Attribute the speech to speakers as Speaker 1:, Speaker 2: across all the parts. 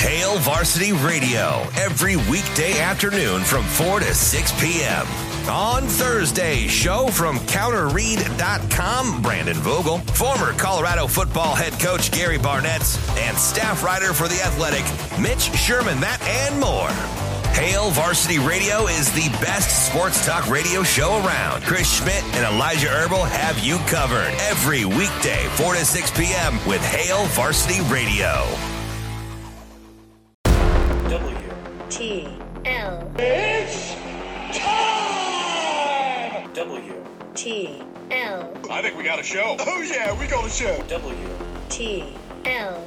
Speaker 1: Hail Varsity Radio every weekday afternoon from 4 to 6 p.m. On Thursday, show from counterread.com, Brandon Vogel, former Colorado football head coach Gary Barnett, and staff writer for The Athletic, Mitch Sherman, that and more. Hail Varsity Radio is the best sports talk radio show around. Chris Schmidt and Elijah Herbal have you covered every weekday, 4 to 6 p.m. with Hail Varsity Radio.
Speaker 2: W.
Speaker 3: T L
Speaker 2: It's time! W.
Speaker 3: T L
Speaker 4: I think we got a show. Oh yeah, we got a show.
Speaker 2: W.
Speaker 3: T L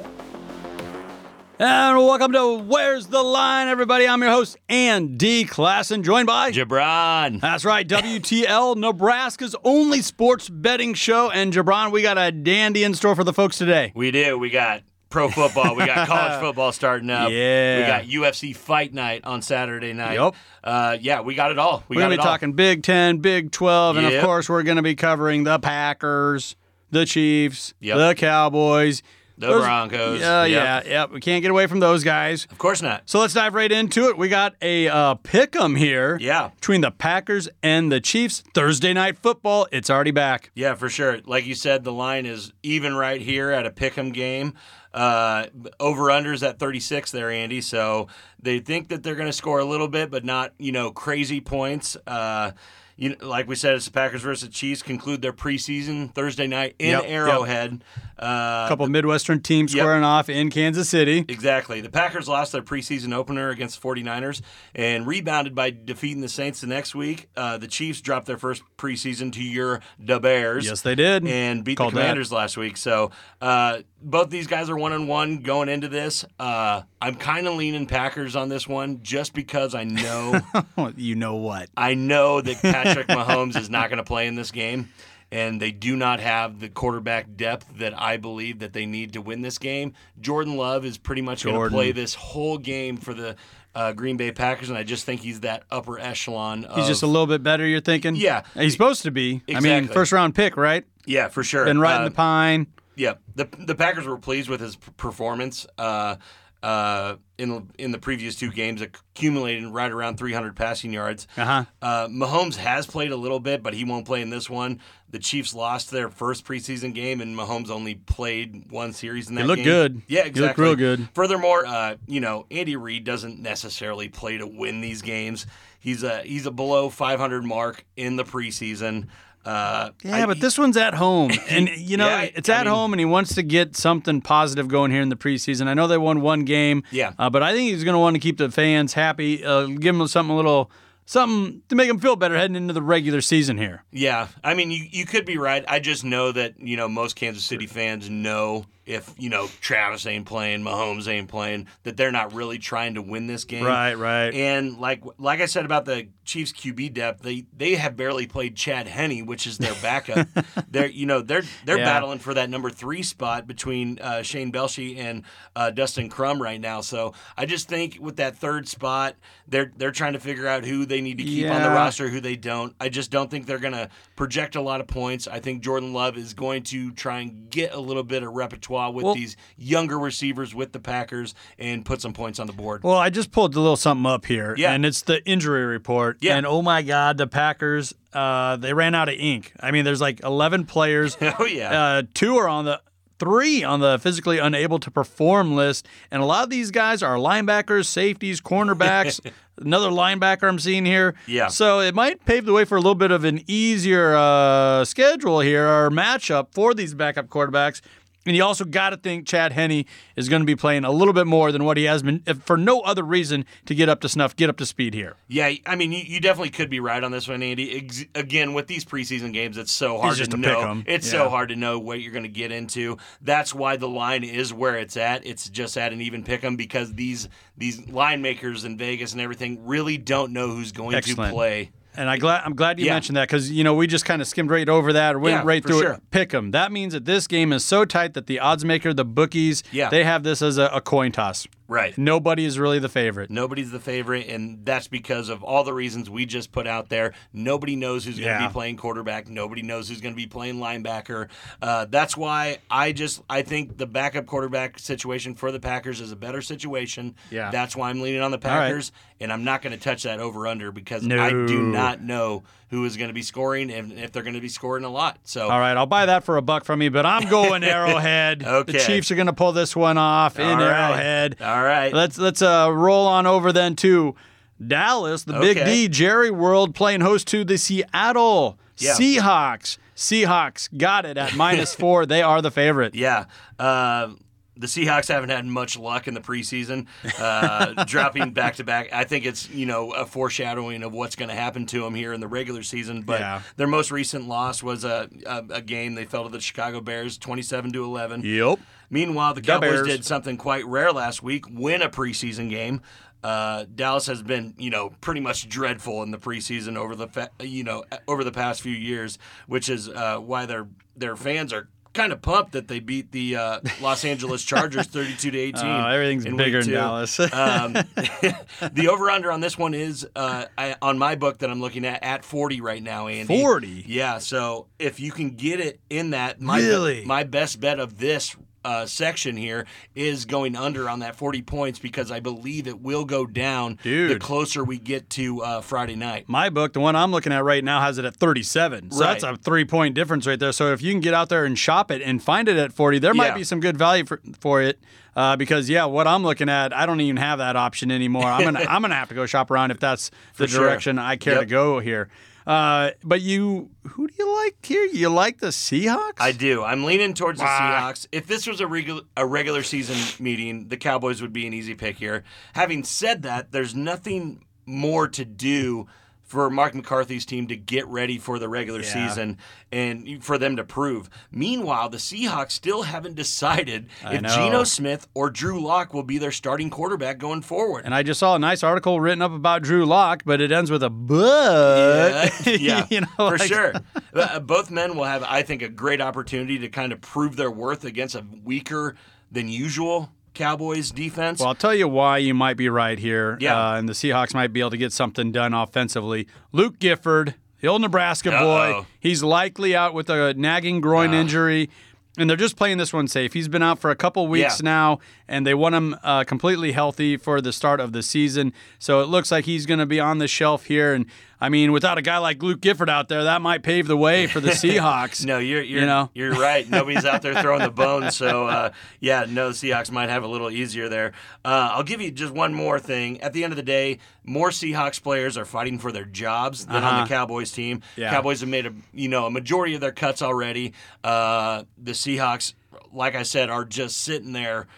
Speaker 5: And welcome to Where's the Line, everybody. I'm your host, Andy Klassen, joined by.
Speaker 6: Gibran.
Speaker 5: That's right, WTL, Nebraska's only sports betting show. And Gibran, we got a dandy in store for the folks today.
Speaker 6: We do. We got pro football. We got college football starting up.
Speaker 5: Yeah.
Speaker 6: We got UFC fight night on Saturday night.
Speaker 5: Yup.
Speaker 6: Uh, yeah, we got it all. We
Speaker 5: We're
Speaker 6: got
Speaker 5: going
Speaker 6: it
Speaker 5: to be talking Big Ten, Big 12, and of
Speaker 6: Yep.
Speaker 5: course, we're going to be covering the Packers, the Chiefs,
Speaker 6: Yep.
Speaker 5: the Cowboys,
Speaker 6: The Broncos.
Speaker 5: Yeah,
Speaker 6: Yep.
Speaker 5: yeah, yep. We can't get away from those guys.
Speaker 6: all. Of course not.
Speaker 5: So let's dive right into it. We got a uh, pick 'em here.
Speaker 6: Yeah.
Speaker 5: Between the Packers and the Chiefs, Thursday night football. It's already back.
Speaker 6: Yeah, for sure. Like you said, the line is even right here at a pick'em game. Uh, over unders at 36 there, Andy. So they think that they're going to score a little bit, but not you know crazy points. Uh, you know, like we said, it's the Packers versus the Chiefs conclude their preseason Thursday night in
Speaker 5: Yep, yep.
Speaker 6: Arrowhead. Uh,
Speaker 5: A couple Midwestern teams
Speaker 6: yep.
Speaker 5: squaring off in Kansas City.
Speaker 6: Exactly. The Packers lost their preseason opener against the 49ers and rebounded by defeating the Saints the next week. Uh, the Chiefs dropped their first preseason to your Da Bears.
Speaker 5: Yes, they did.
Speaker 6: And beat
Speaker 5: Called
Speaker 6: the
Speaker 5: that.
Speaker 6: Commanders last week. So uh, both these guys are one on one going into this. Uh, I'm kind of leaning Packers on this one just because I know
Speaker 5: Oh, you know what?
Speaker 6: I know that Patrick Mahomes is not going to play in this game, and they do not have the quarterback depth that I believe that they need to win this game. Jordan Love is pretty much going to
Speaker 5: Jordan.
Speaker 6: play this whole game for the uh, Green Bay Packers, and I just think he's that upper echelon. Of,
Speaker 5: He's just a little bit better, you're thinking?
Speaker 6: Yeah.
Speaker 5: He's supposed to be. I mean,
Speaker 6: Exactly.
Speaker 5: first round pick, right?
Speaker 6: yeah, for sure.
Speaker 5: Been right
Speaker 6: Uh,
Speaker 5: in the pine.
Speaker 6: Yeah, the the Packers were pleased with his p- performance. Uh, uh, in the, in the previous two games, accumulating right around 300 passing yards.
Speaker 5: Uh-huh.
Speaker 6: Uh, Mahomes has played a little bit, but he won't play in this one. The Chiefs lost their first preseason game, and Mahomes only played one series in that.
Speaker 5: looked
Speaker 6: game.
Speaker 5: good.
Speaker 6: Yeah,
Speaker 5: He looked
Speaker 6: exactly.
Speaker 5: real good.
Speaker 6: Furthermore, uh, you know Andy Reid doesn't necessarily play to win these games. He's a he's a below 500 mark in the preseason. Uh,
Speaker 5: Yeah,
Speaker 6: I-
Speaker 5: but this one's at home. And, you know,
Speaker 6: Yeah,
Speaker 5: it's
Speaker 6: I
Speaker 5: at
Speaker 6: mean-
Speaker 5: home, and he wants to get something positive going here in the preseason. I know they won one game.
Speaker 6: Yeah.
Speaker 5: Uh, but I think he's going to want to keep the fans happy, uh, give them something a little, something to make them feel better heading into the regular season here.
Speaker 6: Yeah, I mean, you, you could be right. I just know that you know most Kansas City fans know if you know Travis ain't playing, Mahomes ain't playing, that they're not really trying to win this game.
Speaker 5: Right, right.
Speaker 6: And like like I said about the Chiefs QB depth, they they have barely played Chad Henney, which is their backup. they're you know they're they're
Speaker 5: Yeah.
Speaker 6: battling for that number three spot between uh, Shane Belshey and uh, Dustin Crum right now. So I just think with that third spot, they're they're trying to figure out who they need to keep on the
Speaker 5: Yeah.
Speaker 6: roster roster who they don't. I just don't think they're going to project a lot of points. I think Jordan Love is going to try and get a little bit of repertoire with
Speaker 5: Well-
Speaker 6: these younger receivers with the Packers and put some points on the board.
Speaker 5: Well, I just pulled a little something up here,
Speaker 6: Yeah.
Speaker 5: and it's the injury report.
Speaker 6: Yeah.
Speaker 5: And oh my God, the Packers, uh, they ran out of ink. I mean, there's like 11 players.
Speaker 6: oh yeah.
Speaker 5: uh, two are on the three on the physically unable to perform list, and a lot of these guys are linebackers, safeties, cornerbacks. Another linebacker I'm seeing here.
Speaker 6: Yeah.
Speaker 5: So it might pave the way for a little bit of an easier uh, schedule here or matchup for these backup quarterbacks. And you also got to think Chad Henney is going to be playing a little bit more than what he has been, if for no other reason, to get up to snuff, get up to speed here.
Speaker 6: yeah, I mean, you, you definitely could be right on this one, Andy. Ex- again, with these preseason games, it's so hard
Speaker 5: just
Speaker 6: to
Speaker 5: a
Speaker 6: know.
Speaker 5: pick 'em.
Speaker 6: It's
Speaker 5: Yeah.
Speaker 6: so hard to know what you're going to get into. That's why the line is where it's at. It's just at an even pick 'em because these these line makers in Vegas and everything really don't know who's going
Speaker 5: Excellent.
Speaker 6: to play.
Speaker 5: And I glad I'm glad you
Speaker 6: Yeah.
Speaker 5: mentioned that because you know we just kind of skimmed right over that, or went
Speaker 6: Yeah,
Speaker 5: right
Speaker 6: for
Speaker 5: through
Speaker 6: sure.
Speaker 5: it. Pick 'em. That means that this game is so tight that the odds maker, the bookies,
Speaker 6: Yeah.
Speaker 5: they have this as a, a coin toss.
Speaker 6: Right.
Speaker 5: Nobody is really the favorite.
Speaker 6: Nobody's the favorite, and that's because of all the reasons we just put out there. Nobody knows who's going to
Speaker 5: Yeah.
Speaker 6: be playing quarterback. Nobody knows who's going to be playing linebacker. Uh, that's why I just I think the backup quarterback situation for the Packers is a better situation.
Speaker 5: Yeah.
Speaker 6: that's why I'm leaning on the
Speaker 5: right.
Speaker 6: Packers, and I'm not going to touch that over under because
Speaker 5: No.
Speaker 6: I do not know who is going to be scoring and if they're going to be scoring a lot. So
Speaker 5: All right, I'll buy that for a buck from you, but I'm going Arrowhead. The
Speaker 6: Okay.
Speaker 5: Chiefs are going to pull this one off in
Speaker 6: All right.
Speaker 5: Arrowhead.
Speaker 6: All right.
Speaker 5: Let's let's uh, roll on over then to Dallas, the Big
Speaker 6: Okay.
Speaker 5: D, Jerry World playing host to the Seattle
Speaker 6: Yeah.
Speaker 5: Seahawks. Seahawks got it at minus four. They are the favorite.
Speaker 6: Yeah. Uh, the Seahawks haven't had much luck in the preseason, uh, dropping back to back. I think it's you know a foreshadowing of what's going to happen to them here in the regular season. But
Speaker 5: Yeah.
Speaker 6: their most recent loss was a, a a game they fell to the Chicago Bears, twenty-seven to eleven.
Speaker 5: Yep.
Speaker 6: Meanwhile, the
Speaker 5: Da
Speaker 6: Cowboys
Speaker 5: Bears.
Speaker 6: did something quite rare last week: win a preseason game. Uh, Dallas has been, you know, pretty much dreadful in the preseason over the, fa- you know, over the past few years, which is uh, why their their fans are kind of pumped that they beat the uh, Los Angeles Chargers thirty-two to eighteen.
Speaker 5: Oh, everything's
Speaker 6: in
Speaker 5: bigger
Speaker 6: week
Speaker 5: in
Speaker 6: two.
Speaker 5: Dallas.
Speaker 6: um, the over/under on this one is uh, I, on my book that I'm looking at at forty right now, Andy.
Speaker 5: 40?
Speaker 6: Yeah. So if you can get it in that, my
Speaker 5: Really?
Speaker 6: my best bet of this uh, section here is going under on that 40 points because I believe it will go down the
Speaker 5: Dude.
Speaker 6: closer we get to uh, Friday night.
Speaker 5: My book, the one I'm looking at right now, has it at 37. So that's
Speaker 6: Right.
Speaker 5: a three point difference right there. So if you can get out there and shop it and find it at 40, there might
Speaker 6: Yeah.
Speaker 5: be some good value for, for it. Uh, because yeah, what I'm looking at, I don't even have that option anymore. I'm gonna I'm gonna have to go shop around if that's the
Speaker 6: sure.
Speaker 5: direction I care to
Speaker 6: Yep.
Speaker 5: go here. Uh, but you, who do you like here? You like the Seahawks?
Speaker 6: I do. I'm leaning towards the
Speaker 5: Ah.
Speaker 6: Seahawks. If this was a regular a regular season meeting, the Cowboys would be an easy pick here. Having said that, there's nothing more to do for Mark McCarthy's team to get ready for the regular
Speaker 5: Yeah.
Speaker 6: season and for them to prove. Meanwhile, the Seahawks still haven't decided if
Speaker 5: know.
Speaker 6: Geno Smith or Drew Lock will be their starting quarterback going forward.
Speaker 5: And I just saw a nice article written up about Drew Lock, but it ends with a but.
Speaker 6: Yeah, yeah,
Speaker 5: you know,
Speaker 6: for
Speaker 5: like-
Speaker 6: sure. Uh, Both men will have, I think, a great opportunity to kind of prove their worth against a weaker than usual Cowboys defense.
Speaker 5: Well, I'll tell you why you might be right here.
Speaker 6: Yeah.
Speaker 5: Uh, and the Seahawks might be able to get something done offensively. Luke Gifford, the old Nebraska boy,
Speaker 6: Uh-oh. Uh-huh.
Speaker 5: he's likely out with a nagging groin injury. And they're just playing this one safe. He's been out for a couple weeks
Speaker 6: Yeah.
Speaker 5: now, and they want him uh, completely healthy for the start of the season. So it looks like he's going to be on the shelf here. And I mean, without a guy like Luke Gifford out there, that might pave the way for the Seahawks.
Speaker 6: no, you're you're
Speaker 5: you know.
Speaker 6: you're right. Nobody's out there throwing the bones, so uh, yeah, no, the Seahawks might have a little easier there. Uh, I'll give you just one more thing. At the end of the day, more Seahawks players are fighting for their jobs than on the Cowboys team.
Speaker 5: Uh-huh. Yeah.
Speaker 6: Cowboys have made a you know a majority of their cuts already. Uh, the Seahawks, like I said, are just sitting there.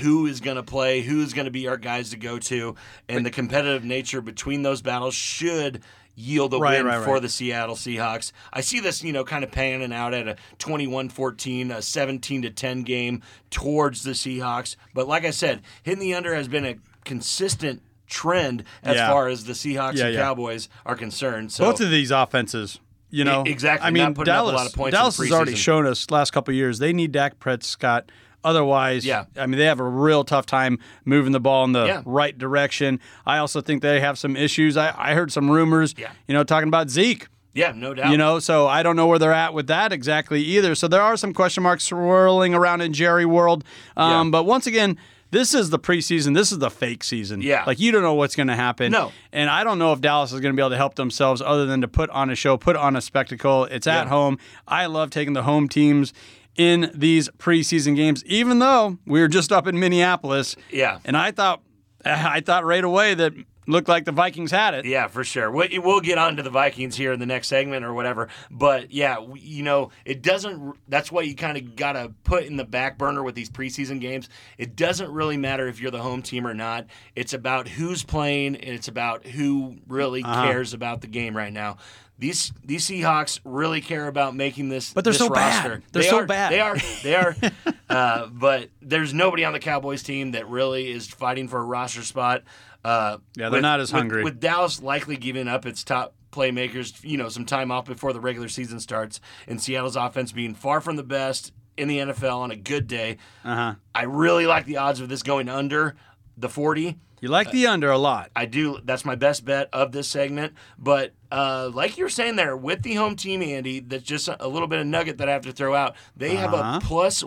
Speaker 6: Who is going to play? Who is going to be our guys to go to? And the competitive nature between those battles should yield a
Speaker 5: Right,
Speaker 6: win
Speaker 5: right, right.
Speaker 6: for the Seattle Seahawks. I see this, you know, kind of panning out at a 21-14, a 17 to 10 game towards the Seahawks. But like I said, hitting the under has been a consistent trend as
Speaker 5: Yeah.
Speaker 6: far as the Seahawks
Speaker 5: Yeah,
Speaker 6: and
Speaker 5: yeah.
Speaker 6: Cowboys are concerned. So E-
Speaker 5: both of these offenses. You know,
Speaker 6: exactly,
Speaker 5: I mean,
Speaker 6: not putting up a
Speaker 5: Dallas.
Speaker 6: lot of points in
Speaker 5: Dallas has already
Speaker 6: preseason.
Speaker 5: shown us last couple of years they need Dak Prescott. Otherwise,
Speaker 6: Yeah.
Speaker 5: I mean, they have a real tough time moving the ball in the
Speaker 6: Yeah.
Speaker 5: right direction. I also think they have some issues. I, I heard some rumors,
Speaker 6: Yeah.
Speaker 5: you know, talking about Zeke.
Speaker 6: yeah, no doubt.
Speaker 5: You know, so I don't know where they're at with that exactly either. So there are some question marks swirling around in Jerry world. Um,
Speaker 6: Yeah.
Speaker 5: But once again, this is the preseason. This is the fake season.
Speaker 6: Yeah.
Speaker 5: Like you don't know what's going to happen.
Speaker 6: No.
Speaker 5: And I don't know if Dallas is going to be able to help themselves other than to put on a show, put on a spectacle. It's at
Speaker 6: Yeah.
Speaker 5: home. I love taking the home teams in these preseason games, even though we were just up in Minneapolis.
Speaker 6: Yeah.
Speaker 5: And I thought, I thought right away that looked like the Vikings had it.
Speaker 6: Yeah, for sure. We, we'll get on to the Vikings here in the next segment or whatever. But yeah, we- you know, it doesn't. That's why you kind of got to put in the back burner with these preseason games. It doesn't really matter if you're the home team or not. It's about who's playing and it's about who really
Speaker 5: Uh-huh.
Speaker 6: cares about the game right now. These these Seahawks really care about making this.
Speaker 5: But they're
Speaker 6: this
Speaker 5: so bad.
Speaker 6: roster.
Speaker 5: They're
Speaker 6: They
Speaker 5: so
Speaker 6: are-
Speaker 5: bad.
Speaker 6: They are. They are. uh, but there's nobody on the Cowboys team that really is fighting for a roster spot. Uh,
Speaker 5: Yeah, they're not as hungry.
Speaker 6: with Dallas likely giving up its top playmakers, you know, some time off before the regular season starts, and Seattle's offense being far from the best in the NFL on a good day,
Speaker 5: Uh huh.
Speaker 6: I really like the odds of this going under. the 40.
Speaker 5: You like the under a lot.
Speaker 6: I do. That's my best bet of this segment. But uh, like you're saying there, with the home team, Andy, that's just a little bit of nugget that I have to throw out. They
Speaker 5: Uh-huh.
Speaker 6: have a plus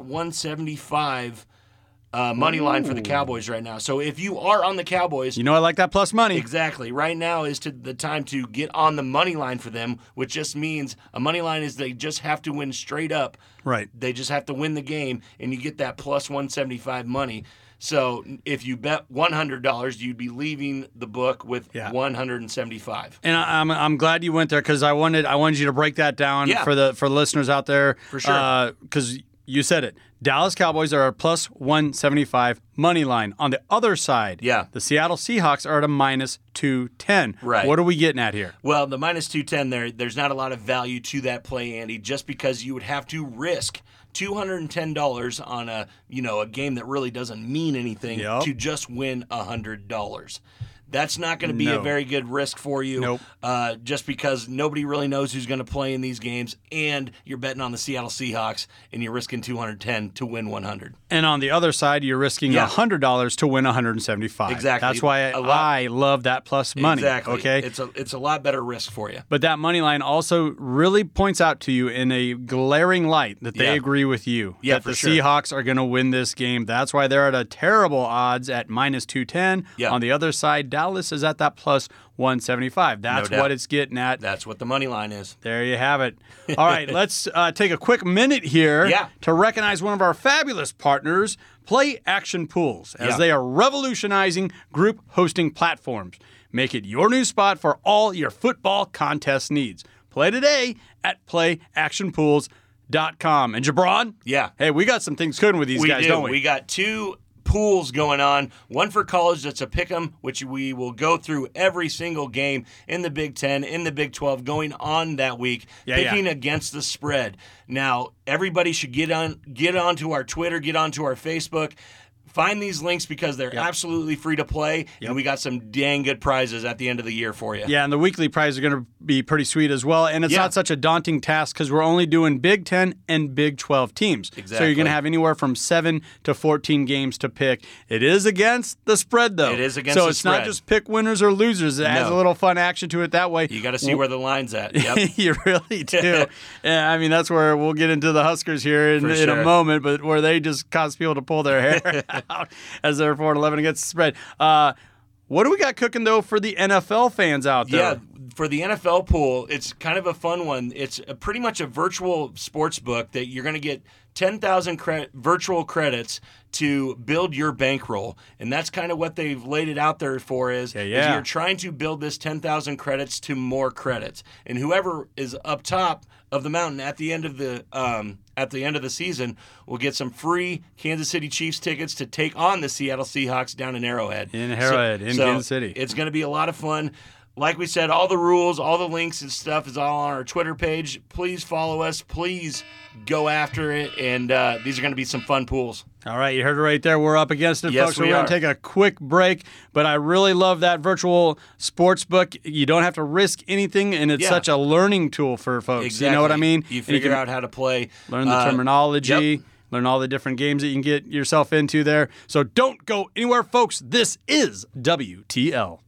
Speaker 6: 175 uh, money line for the Cowboys right now. So if you are on the Cowboys,
Speaker 5: You know I like that plus money.
Speaker 6: Exactly. Right now is to the time to get on the money line for them, which just means a money line is they just have to win straight up.
Speaker 5: Right.
Speaker 6: They just have to win the game, and you get that plus 175 money. So if you bet $100, you'd be leaving the book with
Speaker 5: Yeah.
Speaker 6: 175.
Speaker 5: And I, I'm I'm glad you went there because I wanted I wanted you to break that down
Speaker 6: Yeah.
Speaker 5: for the for listeners out there for
Speaker 6: sure.
Speaker 5: Because you said it, Dallas Cowboys are a plus 175 money line. On the other side,
Speaker 6: Yeah.
Speaker 5: the Seattle Seahawks are at a minus 210.
Speaker 6: Right.
Speaker 5: What are we getting at here?
Speaker 6: Well, the minus 210 there, there's not a lot of value to that play, Andy, just because you would have to risk $210 on a, you know, a game that really doesn't mean anything
Speaker 5: Yep.
Speaker 6: to just win $100. That's not going to be
Speaker 5: No.
Speaker 6: a very good risk for you
Speaker 5: Nope.
Speaker 6: uh, just because nobody really knows who's going to play in these games and you're betting on the Seattle Seahawks and you're risking 210 to win 100.
Speaker 5: And on the other side, you're risking
Speaker 6: Yeah.
Speaker 5: $100 to win 175.
Speaker 6: Exactly.
Speaker 5: That's why
Speaker 6: A lot-
Speaker 5: I love that plus money.
Speaker 6: Exactly.
Speaker 5: Okay.
Speaker 6: It's a it's a lot better risk for you.
Speaker 5: But that money line also really points out to you in a glaring light that they
Speaker 6: Yeah.
Speaker 5: agree with you
Speaker 6: Yeah,
Speaker 5: that
Speaker 6: for
Speaker 5: the
Speaker 6: sure.
Speaker 5: Seahawks are going to win this game. That's why they're at a terrible odds at minus 210.
Speaker 6: Yeah.
Speaker 5: On the other side, Dallas is at that plus 175. That's
Speaker 6: doubt.
Speaker 5: what it's getting at.
Speaker 6: That's what the money line is.
Speaker 5: There you have it. All right, let's uh, take a quick minute here
Speaker 6: Yeah.
Speaker 5: to recognize one of our fabulous partners, Play Action Pools, as
Speaker 6: Yeah.
Speaker 5: they are revolutionizing group hosting platforms. Make it your new spot for all your football contest needs. Play today at playactionpools.com. And Jabron?
Speaker 6: Yeah.
Speaker 5: Hey, we got some things cooking with these
Speaker 6: we
Speaker 5: guys,
Speaker 6: do.
Speaker 5: don't we?
Speaker 6: got two pools going on. One for college that's a pick 'em, which we will go through every single game in the Big Ten, in the Big Twelve, going on that week,
Speaker 5: Yeah, yeah.
Speaker 6: picking against the spread. Now everybody should get on, get onto our Twitter, get onto our Facebook. Find these links because they're absolutely free to play, and we got some dang good prizes at the end of the year for you.
Speaker 5: Yeah, and the weekly prizes are going to be pretty sweet as well. And it's
Speaker 6: Yeah.
Speaker 5: not such a daunting task because we're only doing Big Ten and Big 12 teams. So you're
Speaker 6: Exactly.
Speaker 5: going to have anywhere from seven to 14 games to pick. It is against the spread, though.
Speaker 6: It is against
Speaker 5: So
Speaker 6: the
Speaker 5: it's not
Speaker 6: spread.
Speaker 5: just pick winners or losers. It has
Speaker 6: No.
Speaker 5: a little fun action to it that way.
Speaker 6: You got to see where the line's at. Yep.
Speaker 5: you really do. yeah, I mean, that's where we'll get into the Huskers here in,
Speaker 6: For
Speaker 5: in a
Speaker 6: sure.
Speaker 5: moment, but where they just cause people to pull their hair out as they're 4 11 against the spread. Uh, what do we got cooking, though, for the NFL fans out there?
Speaker 6: Yeah, for the NFL pool, it's kind of a fun one. It's a, pretty much a virtual sports book that you're going to get 10,000 cre- virtual credits to build your bankroll. And that's kind of what they've laid it out there for is,
Speaker 5: Yeah,
Speaker 6: is
Speaker 5: yeah.
Speaker 6: you're trying to build this 10,000 credits to more credits. And whoever is up top of the mountain at the end of the um, at the end of the season will get some free Kansas City Chiefs tickets to take on the Seattle Seahawks down in Arrowhead.
Speaker 5: In Arrowhead, in Kansas City.
Speaker 6: It's going to be a lot of fun. Like we said, all the rules, all the links and stuff is all on our Twitter page. Please follow us. Please go after it. And uh, these are going to be some fun pools.
Speaker 5: All right, you heard it right there. We're up against it,
Speaker 6: Yes,
Speaker 5: folks.
Speaker 6: we
Speaker 5: We're
Speaker 6: are.
Speaker 5: to take a quick break, but I really love that virtual sports book. You don't have to risk anything, and it's
Speaker 6: Yeah.
Speaker 5: such a learning tool for folks. You know what I mean?
Speaker 6: You
Speaker 5: And
Speaker 6: figure
Speaker 5: can
Speaker 6: out how to play.
Speaker 5: learn the
Speaker 6: Uh,
Speaker 5: terminology,
Speaker 6: yep.
Speaker 5: learn all the different games that you can get yourself into there. So don't go anywhere, folks. This is WTL.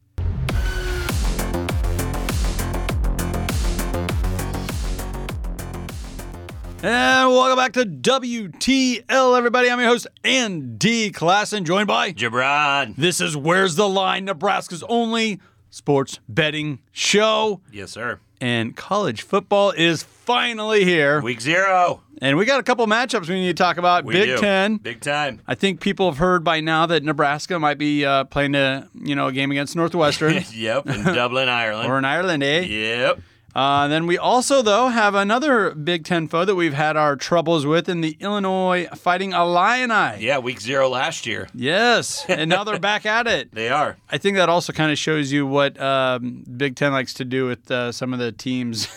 Speaker 5: And welcome back to WTL, everybody. I'm your host, Andy Klassen, joined by
Speaker 6: Gibran.
Speaker 5: This is Where's the Line, Nebraska's only sports betting show.
Speaker 6: Yes, sir.
Speaker 5: And college football is finally here.
Speaker 6: Week zero.
Speaker 5: And we got a couple matchups we need to talk about.
Speaker 6: We
Speaker 5: Big
Speaker 6: do.
Speaker 5: Ten.
Speaker 6: Big time.
Speaker 5: I think people have heard by now that Nebraska might be uh, playing a you know a game against Northwestern
Speaker 6: yep. In Dublin, Ireland.
Speaker 5: or in Ireland, eh?
Speaker 6: Yep.
Speaker 5: Uh, then we also though have another Big Ten foe that we've had our troubles with in the Illinois Fighting Illini.
Speaker 6: Yeah. Week zero last year.
Speaker 5: Yes, and now they're back at it.
Speaker 6: They are.
Speaker 5: I think that also kind of shows you what um, Big Ten likes to do with uh, some of the teams.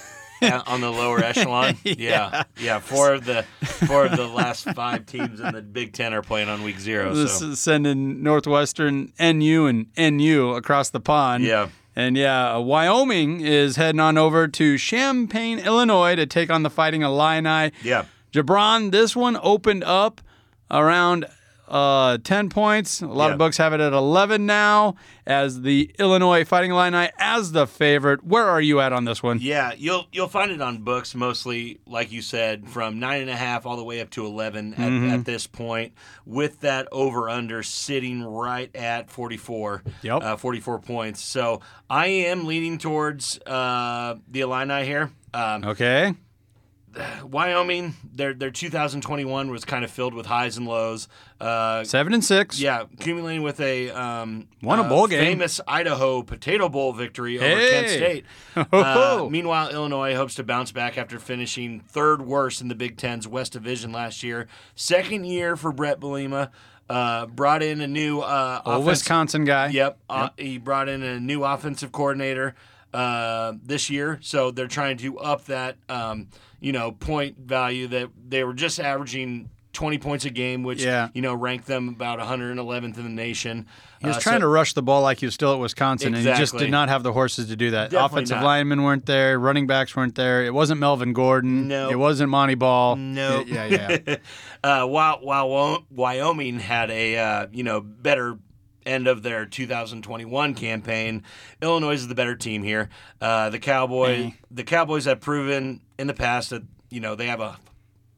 Speaker 6: Uh, on the lower echelon. Yeah. yeah, Four of the four of the last five teams in the Big Ten are playing on week zero.
Speaker 5: This
Speaker 6: So
Speaker 5: is sending Northwestern, NU, and NU across the pond.
Speaker 6: Yeah.
Speaker 5: And yeah, uh, Wyoming is heading on over to Champaign, Illinois to take on the Fighting Illini.
Speaker 6: yeah,
Speaker 5: Jabron, this one opened up around uh, 10 points. A lot
Speaker 6: Yeah.
Speaker 5: of books have it at 11 now as the Illinois Fighting Illini as the favorite. Where are you at on this one?
Speaker 6: Yeah, you'll you'll find it on books mostly, like you said, from nine and a half all the way up to eleven at,
Speaker 5: Mm-hmm.
Speaker 6: at this point, with that over under sitting right at forty four.
Speaker 5: Yep.
Speaker 6: Uh, forty four points. So I am leaning towards uh, the Illini here. Um,
Speaker 5: Okay.
Speaker 6: Wyoming, their their 2021 was kind of filled with highs and lows. Uh,
Speaker 5: 7 and 6.
Speaker 6: yeah, accumulating with a um,
Speaker 5: Won a
Speaker 6: uh,
Speaker 5: bowl game.
Speaker 6: Famous Idaho Potato Bowl victory over
Speaker 5: Hey. Oh.
Speaker 6: Kent State.
Speaker 5: Ho-ho.
Speaker 6: Uh, meanwhile, Illinois hopes to bounce back after finishing third worst in the Big Ten's West Division last year. Second year for Brett Belima. Uh, brought in a new uh,
Speaker 5: A
Speaker 6: offensive-
Speaker 5: Wisconsin guy.
Speaker 6: Yep. Uh, he brought in a new offensive coordinator uh, this year, so they're trying to up that um, you know point value that they were just averaging. 20 points a game, which,
Speaker 5: Yeah.
Speaker 6: you know, ranked them about 111th in the nation.
Speaker 5: He was trying to rush the ball like he was still at Wisconsin, and he just
Speaker 6: Uh, Exactly.
Speaker 5: did not have the horses to do that.
Speaker 6: Definitely
Speaker 5: Offensive
Speaker 6: not.
Speaker 5: linemen weren't there, running backs weren't there. It wasn't Melvin Gordon.
Speaker 6: No.
Speaker 5: It wasn't Monty Ball.
Speaker 6: No.
Speaker 5: Yeah, yeah. yeah.
Speaker 6: uh, while, while Wyoming had a, uh, you know, better end of their 2021 campaign, Illinois is the better team here. Uh, the Cowboy,
Speaker 5: Mm-hmm.
Speaker 6: the Cowboys have proven in the past that, you know, they have a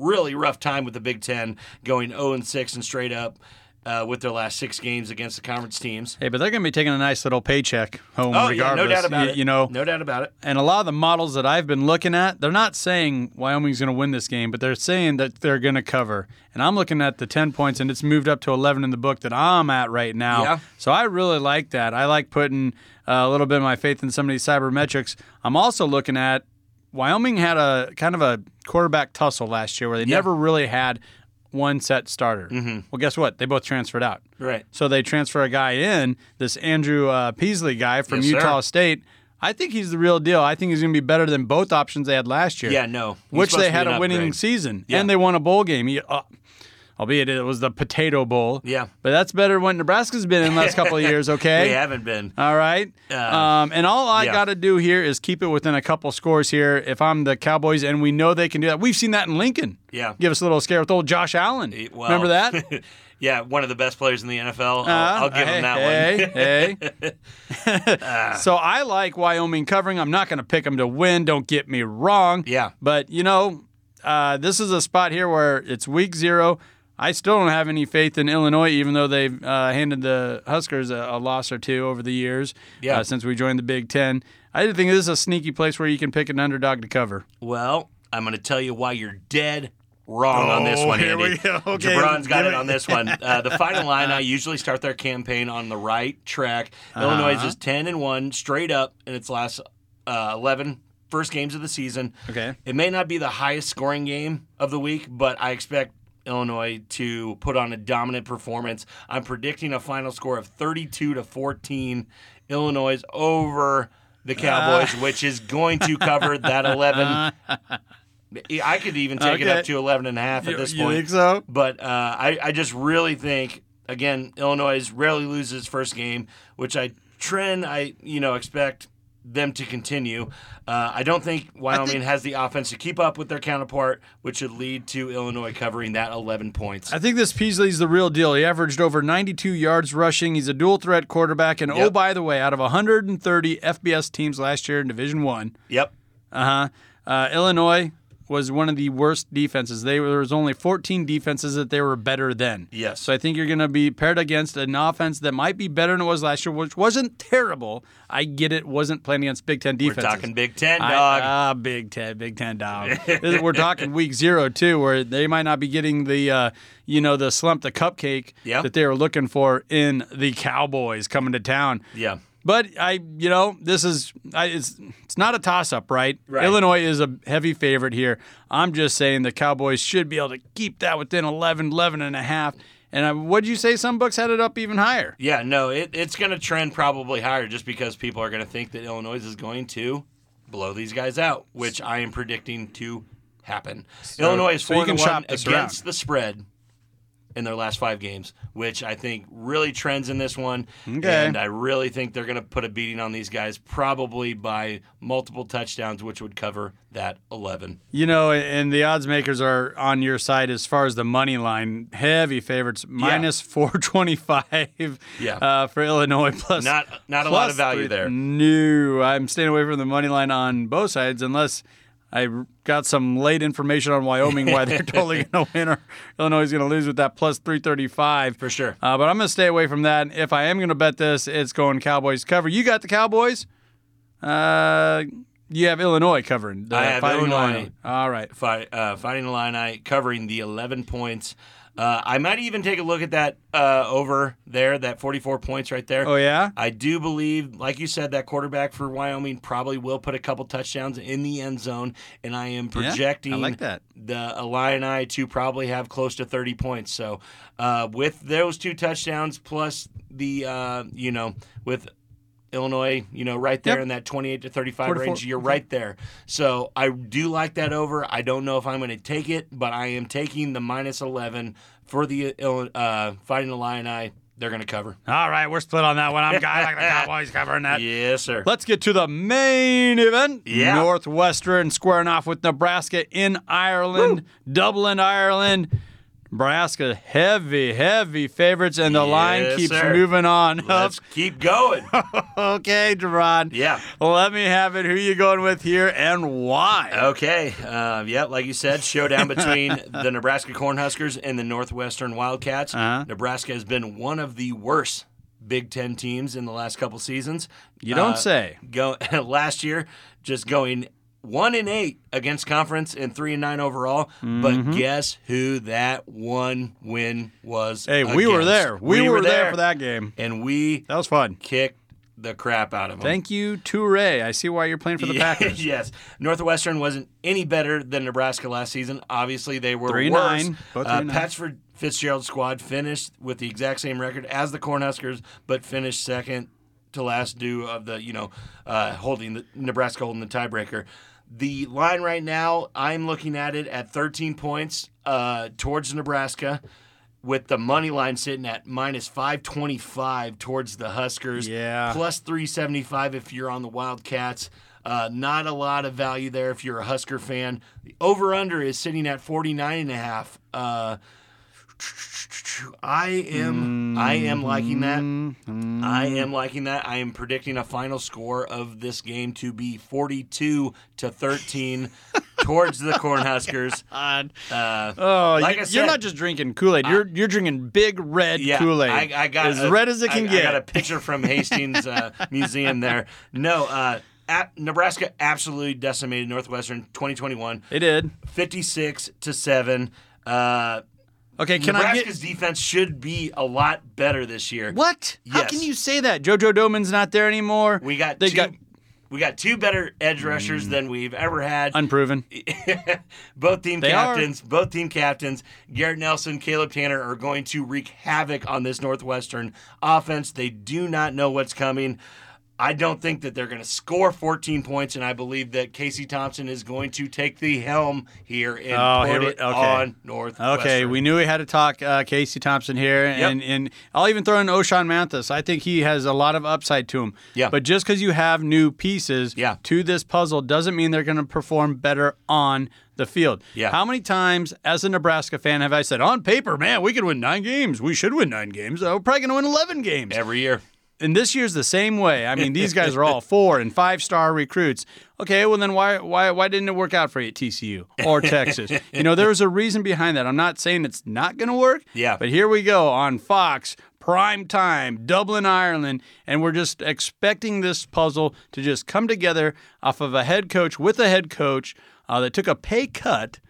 Speaker 6: really rough time with the Big Ten, going 0 and 6 and straight up uh, with their last six games against the conference teams.
Speaker 5: hey, but they're going to be taking a nice little paycheck home
Speaker 6: Oh, yeah,
Speaker 5: regardless.
Speaker 6: no doubt about
Speaker 5: you,
Speaker 6: it.
Speaker 5: You know,
Speaker 6: no doubt about it.
Speaker 5: and a lot of the models that I've been looking at, they're not saying Wyoming's going to win this game, but they're saying that they're going to cover. And I'm looking at the 10 points, and it's moved up to 11 in the book that I'm at right now.
Speaker 6: Yeah.
Speaker 5: So I really like that. I like putting uh, a little bit of my faith in some of these cybermetrics. I'm also looking at Wyoming had a kind of a quarterback tussle last year where they never really had one set starter. Well, guess what? They both transferred out.
Speaker 6: Right.
Speaker 5: So they transfer a guy in, this Andrew uh, Peasley guy from
Speaker 6: Yes, sir.
Speaker 5: Utah State. I think he's the real deal. I think he's going to be better than both options they had last year.
Speaker 6: Yeah, no. He's
Speaker 5: Which
Speaker 6: supposed
Speaker 5: they
Speaker 6: to be
Speaker 5: had
Speaker 6: an
Speaker 5: a winning
Speaker 6: upgrade.
Speaker 5: season,
Speaker 6: Yeah.
Speaker 5: and they won a bowl game. He, uh, albeit it was the Potato Bowl.
Speaker 6: Yeah.
Speaker 5: But that's better than what Nebraska's been in the last couple of years, okay?
Speaker 6: They haven't been.
Speaker 5: All right. um, and all I
Speaker 6: Uh, yeah.
Speaker 5: got to do here is keep it within a couple scores here. If I'm the Cowboys, and we know they can do that, we've seen that in Lincoln.
Speaker 6: Yeah.
Speaker 5: Give us a little scare with old Josh Allen.
Speaker 6: Well,
Speaker 5: Remember that?
Speaker 6: yeah, one of the best players in the NFL. I'll,
Speaker 5: Uh,
Speaker 6: I'll give
Speaker 5: hey,
Speaker 6: him that one. Ah.
Speaker 5: hey, hey. so I like Wyoming covering. I'm not going to pick them to win. Don't get me wrong.
Speaker 6: Yeah.
Speaker 5: But, you know, uh, this is a spot here where it's week zero. I still don't have any faith in Illinois, even though they've uh, handed the Huskers a, a loss or two over the years
Speaker 6: Yeah.
Speaker 5: uh, since we joined the Big Ten. I do think this is a sneaky place where you can pick an underdog to cover.
Speaker 6: Well, I'm going to tell you why you're dead wrong on this
Speaker 5: Oh,
Speaker 6: one,
Speaker 5: here
Speaker 6: Andy.
Speaker 5: we go. Okay,
Speaker 6: Jabron's got
Speaker 5: give
Speaker 6: it
Speaker 5: it-
Speaker 6: on this one. Uh, the final line, I usually start their campaign on the right track.
Speaker 5: Uh-huh.
Speaker 6: Illinois is 10 and 1 straight up in its last uh, 11 first games of the season.
Speaker 5: Okay.
Speaker 6: It may not be the highest scoring game of the week, but I expect Illinois to put on a dominant performance. I'm predicting a final score of 32 to 14. Illinois over the Cowboys,
Speaker 5: Ah.
Speaker 6: which is going to cover that 11. I could even take it
Speaker 5: Okay.
Speaker 6: up to 11 and a half at
Speaker 5: You-
Speaker 6: this
Speaker 5: you
Speaker 6: point.
Speaker 5: think so?
Speaker 6: But uh, I, I just really think again, Illinois rarely loses first game, which I trend I you know expect them to continue. Uh, I don't think Wyoming has the offense to keep up with their counterpart, which would lead to Illinois covering that 11 points.
Speaker 5: I think this Peasley's the real deal. He averaged over 92 yards rushing. He's a dual threat quarterback. And oh,
Speaker 6: Yep.
Speaker 5: by the way, out of 130 FBS teams last year in Division One,
Speaker 6: yep.
Speaker 5: uh-huh, uh Illinois was one of the worst defenses. They there was only 14 defenses that they were better than.
Speaker 6: Yes.
Speaker 5: So I think you're going to be paired against an offense that might be better than it was last year, which wasn't terrible. I get it. Wasn't playing against Big Ten
Speaker 6: We're
Speaker 5: defenses.
Speaker 6: talking Big Ten,
Speaker 5: I-
Speaker 6: dog.
Speaker 5: Ah, Big Ten, Big Ten dog. This- We're talking week zero too, where they might not be getting the uh, you know the slump, the cupcake
Speaker 6: Yeah.
Speaker 5: that they were looking for in the Cowboys coming to town.
Speaker 6: yeah.
Speaker 5: But I, you know, this is I, it's it's not a toss up, right?
Speaker 6: Right.
Speaker 5: Illinois is a heavy favorite here. I'm just saying the Cowboys should be able to keep that within 11, 11 and a half. And I, what'd you say? Some books had it up even higher.
Speaker 6: Yeah, no, it, it's going to trend probably higher just because people are going to think that Illinois is going to blow these guys out, which I am predicting to happen. Illinois is
Speaker 5: so
Speaker 6: four
Speaker 5: you can
Speaker 6: to one
Speaker 5: shop this
Speaker 6: against
Speaker 5: around.
Speaker 6: the spread in their last five games, which I think really trends in this one.
Speaker 5: Okay.
Speaker 6: And I really think they're going to put a beating on these guys, probably by multiple touchdowns, which would cover that 11.
Speaker 5: You know, and the odds makers are on your side as far as the money line. Heavy favorites, minus 425
Speaker 6: Yeah.
Speaker 5: uh, for Illinois. Plus,
Speaker 6: Not- not a lot
Speaker 5: plus
Speaker 6: of value
Speaker 5: three-
Speaker 6: there.
Speaker 5: No, I'm staying away from the money line on both sides unless I got some late information on Wyoming why they're totally going to win or Illinois is going to lose with that plus 335.
Speaker 6: For sure.
Speaker 5: Uh, but I'm going to stay away from that. If I am going to bet this, it's going Cowboys cover. You got the Cowboys. Uh, you have Illinois covering. The
Speaker 6: I have
Speaker 5: Fighting
Speaker 6: Illinois.
Speaker 5: Illini. All right.
Speaker 6: Fi uh, Fighting Illini covering the 11 points. Uh, I might even take a look at that uh, over there, that 44 points right there.
Speaker 5: Oh yeah.
Speaker 6: I do believe, like you said, that quarterback for Wyoming probably will put a couple touchdowns in the end zone, and I am
Speaker 5: I
Speaker 6: projecting
Speaker 5: like that.
Speaker 6: the Illini to probably have close to 30 points. So, uh, with those two touchdowns plus the, uh, you know, with Illinois, you know, right there
Speaker 5: Yep.
Speaker 6: in that 28 to 35
Speaker 5: 44.
Speaker 6: range, you're right there. So I do like that over. I don't know if I'm going to take it, but I am taking the minus 11 for the Ill- uh, Fighting Illini. They're going to cover.
Speaker 5: All right, we're split on that one. I'm I like the Cowboys covering that.
Speaker 6: Yes, sir.
Speaker 5: Let's get to the main event.
Speaker 6: Yeah.
Speaker 5: Northwestern squaring off with Nebraska in Ireland, Dublin, Ireland. Nebraska heavy, heavy favorites, and the line
Speaker 6: Yes,
Speaker 5: keeps
Speaker 6: sir.
Speaker 5: moving on up.
Speaker 6: Let's keep going.
Speaker 5: okay, Jerron.
Speaker 6: Yeah.
Speaker 5: Let me have it. Who you going with here and why?
Speaker 6: Okay. Uh, yeah, like you said, showdown between the Nebraska Cornhuskers and the Northwestern Wildcats.
Speaker 5: Uh-huh.
Speaker 6: Nebraska has been one of the worst Big Ten teams in the last couple seasons.
Speaker 5: you don't
Speaker 6: Uh,
Speaker 5: say.
Speaker 6: Go last year, just going one and eight against conference and three and nine overall.
Speaker 5: Mm-hmm.
Speaker 6: But guess who that one win was?
Speaker 5: Hey, we were
Speaker 6: against?
Speaker 5: there. We, were, there. for that game.
Speaker 6: and we
Speaker 5: That was fun.
Speaker 6: kicked the crap out of them.
Speaker 5: Thank you, Toure. I see why you're playing for the
Speaker 6: Yeah,
Speaker 5: Packers.
Speaker 6: yes. Northwestern wasn't any better than Nebraska last season. Obviously, they were
Speaker 5: Three and
Speaker 6: worse.
Speaker 5: nine. Both three
Speaker 6: uh,
Speaker 5: and nine.
Speaker 6: Patchford Fitzgerald squad finished with the exact same record as the Cornhuskers, but finished second to last due of the you know uh, holding the Nebraska holding the tiebreaker. The line right now, I'm looking at it at 13 points uh, towards Nebraska. With the money line sitting at minus 525 towards the Huskers
Speaker 5: Yeah.
Speaker 6: plus 375 if you're on the Wildcats. Uh, not a lot of value there if you're a Husker fan. The over under is sitting at 49 and a half. Uh, I am I am liking that. I am liking that. I am predicting a final score of this game to be 42 to 13 towards the Cornhuskers. Uh,
Speaker 5: Oh,
Speaker 6: Like I
Speaker 5: you, you're
Speaker 6: said-
Speaker 5: not just drinking Kool Aid. You're you're drinking big red
Speaker 6: yeah,
Speaker 5: Kool Aid.
Speaker 6: I, I got
Speaker 5: as
Speaker 6: a-
Speaker 5: red as it
Speaker 6: I-
Speaker 5: can
Speaker 6: I
Speaker 5: get.
Speaker 6: got a picture from Hastings uh, Museum there. No, uh, at Nebraska absolutely decimated Northwestern 2021,
Speaker 5: it did.
Speaker 6: 56 to seven. Uh,
Speaker 5: Okay, can I
Speaker 6: Nebraska's
Speaker 5: get
Speaker 6: defense should be a lot better this year.
Speaker 5: what? How
Speaker 6: Yes.
Speaker 5: can you say that? JoJo Doman's not there anymore.
Speaker 6: We got
Speaker 5: they
Speaker 6: two,
Speaker 5: got Mm.
Speaker 6: we got two better edge rushers than we've ever had.
Speaker 5: unproven.
Speaker 6: both team
Speaker 5: They are.
Speaker 6: captains, both team captains, Garrett Nelson, Caleb Tanner are going to wreak havoc on this Northwestern offense. They do not know what's coming. I don't think that they're going to score 14 points, and I believe that Casey Thompson is going to take the helm here and
Speaker 5: Oh,
Speaker 6: put
Speaker 5: here we-
Speaker 6: it
Speaker 5: okay.
Speaker 6: on Northwestern.
Speaker 5: Okay, we knew we had to talk uh, Casey Thompson here, and, and I'll even throw in O'Shawn Mathis. I think he has a lot of upside to him.
Speaker 6: Yeah.
Speaker 5: But just because you have new pieces
Speaker 6: Yeah.
Speaker 5: to this puzzle doesn't mean they're going to perform better on the field.
Speaker 6: Yeah.
Speaker 5: How many times as a Nebraska fan have I said, on paper, man, we could win nine games. We should win nine games. Oh, We're probably going to win 11 games.
Speaker 6: every year.
Speaker 5: And this year's the same way. I mean, these guys are all four and five star recruits. Okay, well then why why why didn't it work out for E you at TCU or Texas? you know, there was a reason behind that. I'm not saying it's not going to work.
Speaker 6: Yeah.
Speaker 5: But here we go on Fox prime time, Dublin, Ireland, and we're just expecting this puzzle to just come together off of a head coach with a head coach uh, that took a pay cut.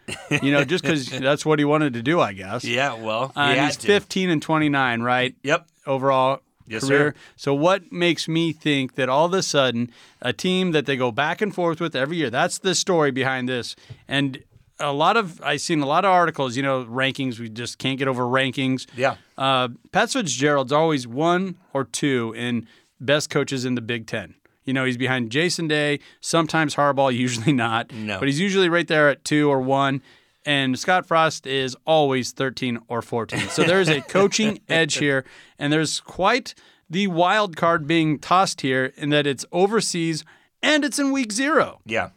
Speaker 5: You know, just because that's what he wanted to do, I guess.
Speaker 6: Yeah, well,
Speaker 5: Uh,
Speaker 6: he
Speaker 5: and
Speaker 6: had
Speaker 5: he's
Speaker 6: to.
Speaker 5: 15 and 29, right?
Speaker 6: Yep.
Speaker 5: overall
Speaker 6: Yes,
Speaker 5: career.
Speaker 6: sir.
Speaker 5: So what makes me think that all of a sudden a team that they go back and forth with every year, that's the story behind this. And a lot of I've seen a lot of articles, you know, rankings. We just can't get over rankings.
Speaker 6: Yeah.
Speaker 5: Uh, Pat Fitzgerald's always one or two in best coaches in the Big Ten. You know, he's behind Jason Day, sometimes Harbaugh, usually not.
Speaker 6: No.
Speaker 5: But he's usually right there at two or one. and Scott Frost is always 13 or 14. So there's a coaching edge here, and there's quite the wild card being tossed here in that it's overseas and it's in week zero.
Speaker 6: Yeah.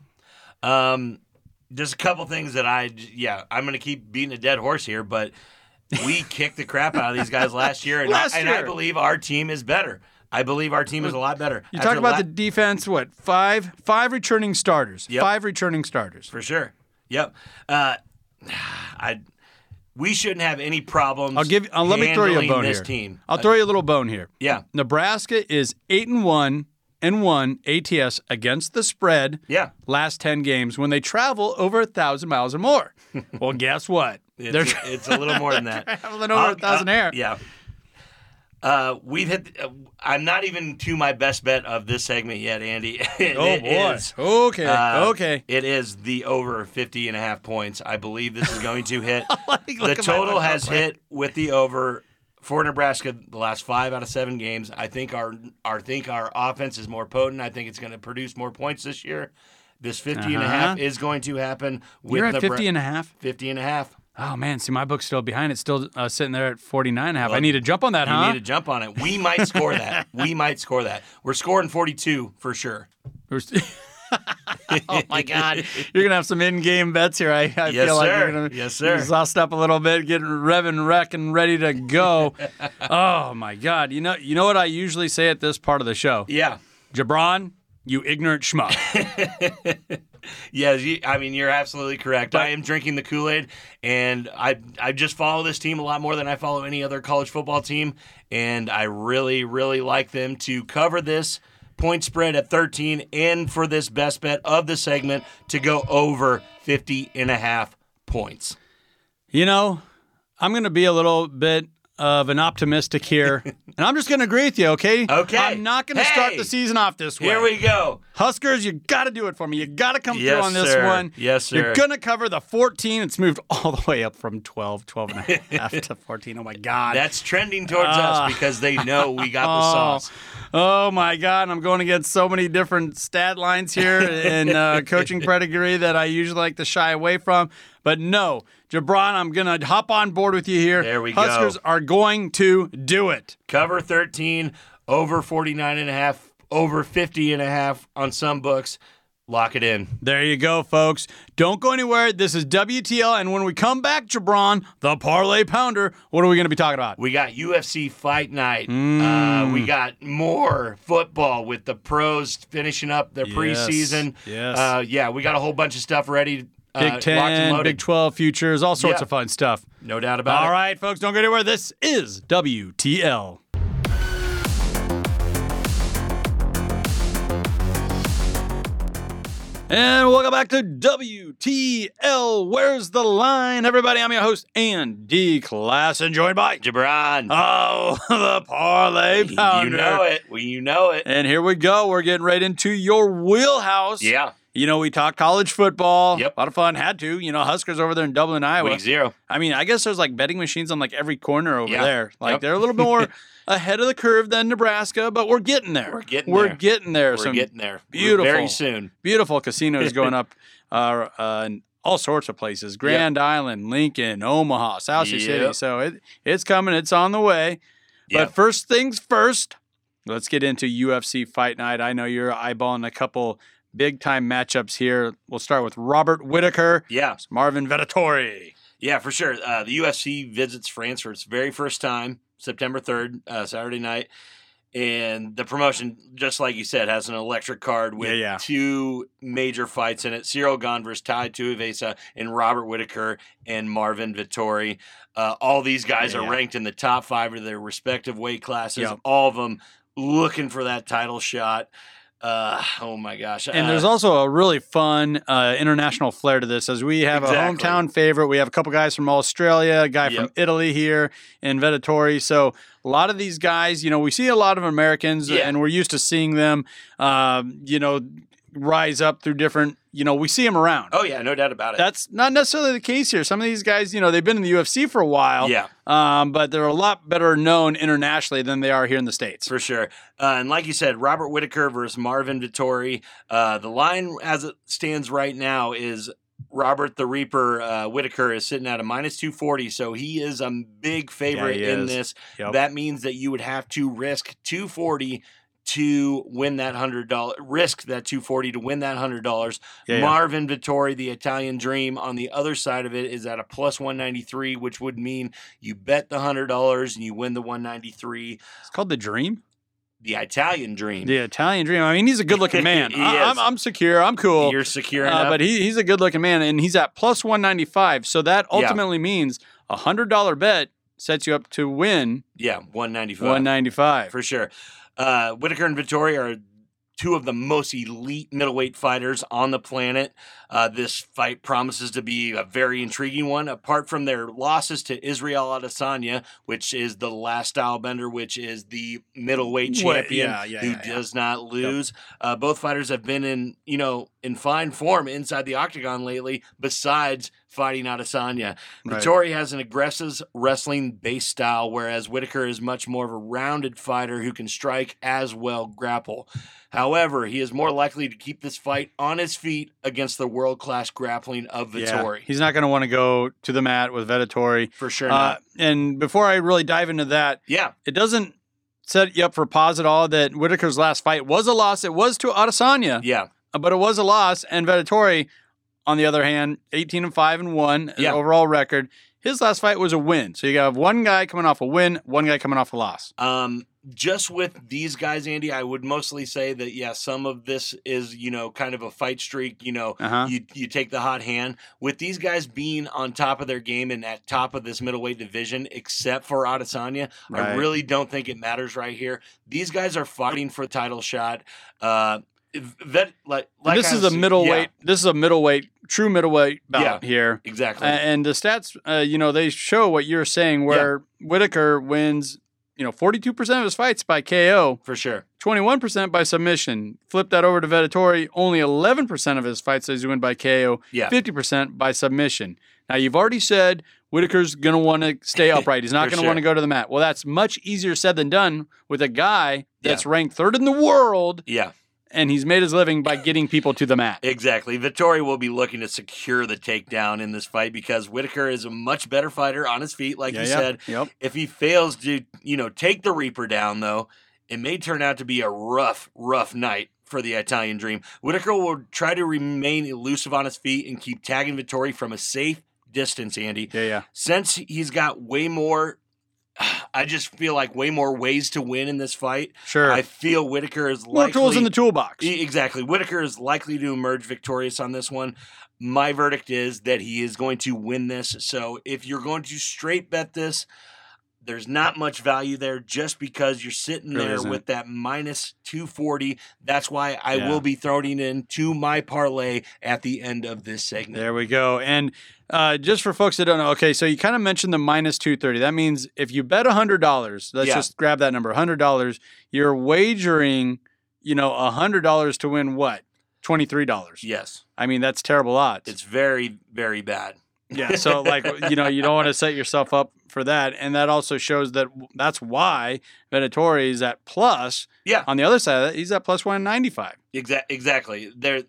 Speaker 6: Um, there's a couple things that I, yeah, I'm going to keep beating a dead horse here, but we kicked the crap out of these guys last year, and,
Speaker 5: Last
Speaker 6: I, and I
Speaker 5: year.
Speaker 6: believe our team is better. I believe our team is a lot better.
Speaker 5: You
Speaker 6: After
Speaker 5: talk about
Speaker 6: la-
Speaker 5: the defense, what, five? Five returning starters.
Speaker 6: Yep.
Speaker 5: Five returning starters.
Speaker 6: for sure. Yep. Uh, I we shouldn't have any problems.
Speaker 5: I'll give. Uh, let me throw you a
Speaker 6: handling
Speaker 5: bone
Speaker 6: this
Speaker 5: here.
Speaker 6: team.
Speaker 5: I'll throw you a little bone here.
Speaker 6: yeah.
Speaker 5: Nebraska is eight and one and one ATS against the spread.
Speaker 6: Yeah.
Speaker 5: Last ten games when they travel over a thousand miles or more. well, guess what? They're
Speaker 6: It's, it's a little more than that.
Speaker 5: traveling over a thousand air.
Speaker 6: Yeah. Uh, we've hit. Uh, I'm not even to my best bet of this segment yet, Andy. It
Speaker 5: Oh boy.
Speaker 6: is,
Speaker 5: Okay.
Speaker 6: uh,
Speaker 5: okay.
Speaker 6: It is the over 50 and a half points. I believe this is going to hit.
Speaker 5: Like, look
Speaker 6: the
Speaker 5: at my
Speaker 6: total
Speaker 5: laptop
Speaker 6: has
Speaker 5: plan.
Speaker 6: hit with the over for Nebraska the last five out of seven games. I think our our think our offense is more potent. I think it's going to produce more points this year. This 50 and a half
Speaker 5: Uh-huh.
Speaker 6: is going to happen with
Speaker 5: You're at
Speaker 6: Nebra-
Speaker 5: 50 and a half.
Speaker 6: 50 and a half.
Speaker 5: Oh man, see my book's still behind. It's still uh, sitting there at 49 and a half. I need to jump on that,
Speaker 6: You
Speaker 5: huh?
Speaker 6: need to jump on it. We might score that. We might score that. We're scoring 42 for sure.
Speaker 5: We're st- oh my God! You're gonna have some in-game bets here. I, I
Speaker 6: Yes,
Speaker 5: feel like
Speaker 6: sir.
Speaker 5: you're gonna
Speaker 6: Yes, sir.
Speaker 5: sauced up a little bit, getting revving, wrecking, ready to go. oh my God! You know, you know what I usually say at this part of the show,
Speaker 6: Yeah.
Speaker 5: Jabron, you ignorant schmuck.
Speaker 6: Yeah, you, I mean you're absolutely correct. I am drinking the Kool Aid, and I I just follow this team a lot more than I follow any other college football team, and I really really like them to cover this point spread at 13 and for this best bet of the segment to go over 50 and a half points.
Speaker 5: you know, I'm gonna be a little bit of an optimistic here, and I'm just gonna agree with you. Okay.
Speaker 6: Okay.
Speaker 5: I'm not gonna start
Speaker 6: Hey!
Speaker 5: the season off this way.
Speaker 6: Here we go.
Speaker 5: Huskers, you got to do it for me. You got to come
Speaker 6: Yes,
Speaker 5: through on this
Speaker 6: sir.
Speaker 5: one.
Speaker 6: Yes, sir.
Speaker 5: You're going to cover the 14. It's moved all the way up from 12, 12 and a half to 14. Oh, my God.
Speaker 6: That's trending towards us because they know we got the
Speaker 5: Ah. Oh.
Speaker 6: sauce.
Speaker 5: oh, my God. I'm going against so many different stat lines here and uh, coaching pedigree that I usually like to shy away from. But no, Jabron, I'm going to hop on board with you here.
Speaker 6: There we go.
Speaker 5: Huskers are going to do it.
Speaker 6: cover 13 over 49 and a half over 50 and a half on some books lock it in
Speaker 5: There you go, folks. Don't go anywhere. This is WTL. And when we come back, Jabron, the parlay pounder, what are we going to be talking about?
Speaker 6: we got ufc fight night
Speaker 5: Mm.
Speaker 6: uh, we got more football with the pros finishing up their
Speaker 5: Yes.
Speaker 6: preseason
Speaker 5: Yes.
Speaker 6: uh, yeah we got a whole bunch of stuff ready uh,
Speaker 5: Big
Speaker 6: locked and
Speaker 5: 10,
Speaker 6: loaded.
Speaker 5: Big 12 futures, all sorts
Speaker 6: Yeah.
Speaker 5: of fun stuff.
Speaker 6: no doubt about
Speaker 5: All
Speaker 6: it
Speaker 5: right, folks, don't go anywhere. This is WTL. And welcome back to WTL. Where's the line? Everybody, I'm your host, Andy Class, and joined by,
Speaker 6: jabron
Speaker 5: oh, the Parlay Pounder.
Speaker 6: you know it well, you know it
Speaker 5: And here we go. We're getting right into your wheelhouse.
Speaker 6: yeah
Speaker 5: You know, we talked college football.
Speaker 6: Yep.
Speaker 5: A lot of fun. Had to. You know, Huskers over there in Dublin, Iowa.
Speaker 6: week zero
Speaker 5: I mean, I guess there's like betting machines on like every corner over
Speaker 6: Yeah.
Speaker 5: there. Like
Speaker 6: Yep.
Speaker 5: they're a little more ahead of the curve than Nebraska, but we're getting there.
Speaker 6: We're getting
Speaker 5: We're
Speaker 6: there.
Speaker 5: getting there.
Speaker 6: we're
Speaker 5: Some
Speaker 6: getting there
Speaker 5: beautiful.
Speaker 6: very soon
Speaker 5: beautiful casinos going up uh, uh, in all sorts of places Grand Island, Lincoln, Omaha, South Sioux City.
Speaker 6: Yep.
Speaker 5: So it, it's coming, it's on the way.
Speaker 6: Yep.
Speaker 5: But first things first, let's get into UFC Fight Night. I know you're eyeballing a couple big time matchups here. We'll start with Robert Whitaker,
Speaker 6: yeah
Speaker 5: Marvin Vettori.
Speaker 6: Yeah, for sure. Uh, the UFC visits France for its very first time, September 3rd, uh, Saturday night. And the promotion, just like you said, has an electric card with
Speaker 5: Yeah, yeah.
Speaker 6: two major fights in it. Cyril Gahn versus Tai Tuivasa and Robert Whitaker and Marvin Vittori. Uh, all these guys
Speaker 5: Yeah,
Speaker 6: are
Speaker 5: yeah.
Speaker 6: ranked in the top five of their respective weight classes.
Speaker 5: Yep.
Speaker 6: All of them looking for that title shot. Uh, oh my gosh!
Speaker 5: And there's
Speaker 6: Uh,
Speaker 5: also a really fun uh, international flair to this, as we have
Speaker 6: Exactly.
Speaker 5: a hometown favorite. We have a couple guys from Australia, a guy from
Speaker 6: Yep.
Speaker 5: Italy here in Venatori. So a lot of these guys, you know, we see a lot of Americans,
Speaker 6: Yeah.
Speaker 5: and we're used to seeing them, um, you know, rise up through different. You know, we see them around.
Speaker 6: oh yeah, no doubt about it.
Speaker 5: That's not necessarily the case here. Some of these guys, you know, they've been in the UFC for a while,
Speaker 6: yeah.
Speaker 5: um, but they're a lot better known internationally than they are here in the states.
Speaker 6: For sure. Uh, and like you said, Robert Whitaker versus Marvin Vittori. Uh, the line as it stands right now is Robert the Reaper uh, Whitaker is sitting at a minus 240, so he is a big favorite
Speaker 5: he
Speaker 6: in
Speaker 5: is.
Speaker 6: this.
Speaker 5: Yep.
Speaker 6: That means that you would have to risk 240 to win that hundred dollar risk that 240 to win that hundred dollars
Speaker 5: Yeah, yeah.
Speaker 6: marvin vittori the italian dream on the other side of it is at a plus 193 which would mean you bet the hundred dollars and you win the 193
Speaker 5: It's called the Dream.
Speaker 6: the italian dream
Speaker 5: The Italian Dream. I mean, he's a good-looking man.
Speaker 6: He
Speaker 5: I,
Speaker 6: is.
Speaker 5: I'm, I'm secure. I'm cool.
Speaker 6: you're secure
Speaker 5: Uh,
Speaker 6: enough
Speaker 5: but he, he's a good-looking man, and he's at plus 195. So that
Speaker 6: Yeah.
Speaker 5: ultimately means a hundred dollar bet sets you up to win
Speaker 6: yeah 195
Speaker 5: 195.
Speaker 6: for sure. Uh, Whitaker and Vittori are two of the most elite middleweight fighters on the planet. Uh, this fight promises to be a very intriguing one. Apart from their losses to Israel Adesanya, which is the last style bender, which is the middleweight
Speaker 5: Wha-
Speaker 6: champion
Speaker 5: yeah, yeah,
Speaker 6: who
Speaker 5: yeah, yeah.
Speaker 6: does not lose. Uh, both fighters have been in you know in fine form inside the octagon lately. Besides fighting Adesanya,
Speaker 5: Right.
Speaker 6: Vittori has an aggressive wrestling base style, whereas Whitaker is much more of a rounded fighter who can strike as well grapple. However, he is more likely to keep this fight on his feet against the world class grappling of Vittori.
Speaker 5: He's not going to want to go to the mat with Vettori.
Speaker 6: For sure.
Speaker 5: Uh,
Speaker 6: not.
Speaker 5: and before I really dive into that,
Speaker 6: yeah.
Speaker 5: it doesn't set you up for pause at all that Whitaker's last fight was a loss. It was to Adesanya,
Speaker 6: Yeah.
Speaker 5: but it was a loss. And Vettori, on the other hand, 18 and 5 and 1 is
Speaker 6: Yeah.
Speaker 5: overall record. His last fight was a win. So you got one guy coming off a win, one guy coming off a loss.
Speaker 6: Um, just with these guys, Andy, I would mostly say that yeah, some of this is you know kind of a fight streak. You know,
Speaker 5: Uh-huh.
Speaker 6: you you take the hot hand with these guys being on top of their game and at top of this middleweight division, except for Adesanya. I
Speaker 5: Right.
Speaker 6: really don't think it matters right here. These guys are fighting for the title shot. Uh, if- that like, like
Speaker 5: this
Speaker 6: I
Speaker 5: is a
Speaker 6: was-
Speaker 5: middleweight. This is a middleweight, true middleweight bout here.
Speaker 6: yeah, exactly.
Speaker 5: A- and the stats, uh, you know, they show what you're saying, where Whitaker wins, you know, 42% of his fights by KO,
Speaker 6: for sure.
Speaker 5: 21% by submission. Flip that over to Vettori, only 11% of his fights that he's win by KO,
Speaker 6: Yeah.
Speaker 5: 50% by submission. Now, you've already said Whitaker's going to want to stay upright. He's not
Speaker 6: For
Speaker 5: going to want to
Speaker 6: sure.
Speaker 5: go to the mat. Well, that's much easier said than done with a guy
Speaker 6: Yeah.
Speaker 5: that's ranked third in the world
Speaker 6: Yeah,
Speaker 5: and he's made his living by getting people to the mat.
Speaker 6: exactly. Vittori will be looking to secure the takedown in this fight because Whitaker is a much better fighter on his feet, like
Speaker 5: Yeah,
Speaker 6: you
Speaker 5: yeah.
Speaker 6: said.
Speaker 5: Yep.
Speaker 6: If he fails to, you know, take the Reaper down, though, it may turn out to be a rough, rough night for the Italian Dream. Whitaker will try to remain elusive on his feet and keep tagging Vittori from a safe distance, Andy.
Speaker 5: Yeah, yeah.
Speaker 6: Since he's got way more, I just feel like way more ways to win in this fight.
Speaker 5: Sure.
Speaker 6: I feel Whitaker is
Speaker 5: More
Speaker 6: likely
Speaker 5: tools in the toolbox.
Speaker 6: E- Exactly. Whitaker is likely to emerge victorious on this one. My verdict is that he is going to win this. So if you're going to straight bet this, there's not much value there just because you're sitting
Speaker 5: Really
Speaker 6: there
Speaker 5: isn't.
Speaker 6: with that minus 240. That's why I
Speaker 5: Yeah.
Speaker 6: will be throwing in to my parlay at the end of this segment.
Speaker 5: There we go. And uh, just for folks that don't know, okay, so you kind of mentioned the minus 230. That means if you bet $100, let's
Speaker 6: Yeah.
Speaker 5: just grab that number, $100, you're wagering, you know, $100 to win what? $23.
Speaker 6: Yes.
Speaker 5: I mean, that's terrible odds.
Speaker 6: It's very, very bad.
Speaker 5: yeah. So, like, you know, you don't want to set yourself up for that. And that also shows that that's why Venatori is at plus.
Speaker 6: Yeah.
Speaker 5: On the other side of that, he's at plus 195.
Speaker 6: Exa- exactly. They're,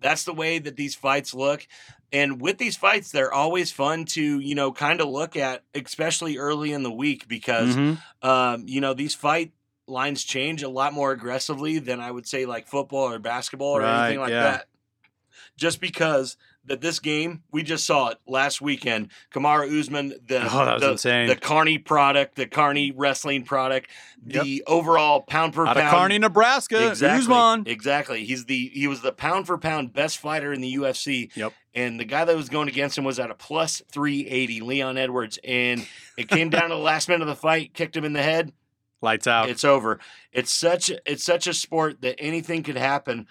Speaker 6: that's the way that these fights look. And with these fights, they're always fun to, you know, kind of look at, especially early in the week, because,
Speaker 5: Mhm.
Speaker 6: um, you know, these fight lines change a lot more aggressively than I would say like football or basketball or
Speaker 5: Right,
Speaker 6: anything like
Speaker 5: yeah.
Speaker 6: that. Just because that this game, we just saw it last weekend. Kamara Usman, the,
Speaker 5: Oh, that was
Speaker 6: the,
Speaker 5: insane.
Speaker 6: the Carney product, the Carney wrestling product,
Speaker 5: Yep.
Speaker 6: the overall pound per
Speaker 5: Out of
Speaker 6: pound.
Speaker 5: Kearney, Nebraska.
Speaker 6: Exactly.
Speaker 5: Uzman.
Speaker 6: Exactly. He's the he was the pound for pound best fighter in the UFC.
Speaker 5: Yep.
Speaker 6: And the guy that was going against him was at a plus three eighty, Leon Edwards. And it came down to the last minute of the fight, kicked him in the head.
Speaker 5: Lights out.
Speaker 6: It's over. It's such it's such a sport that anything could happen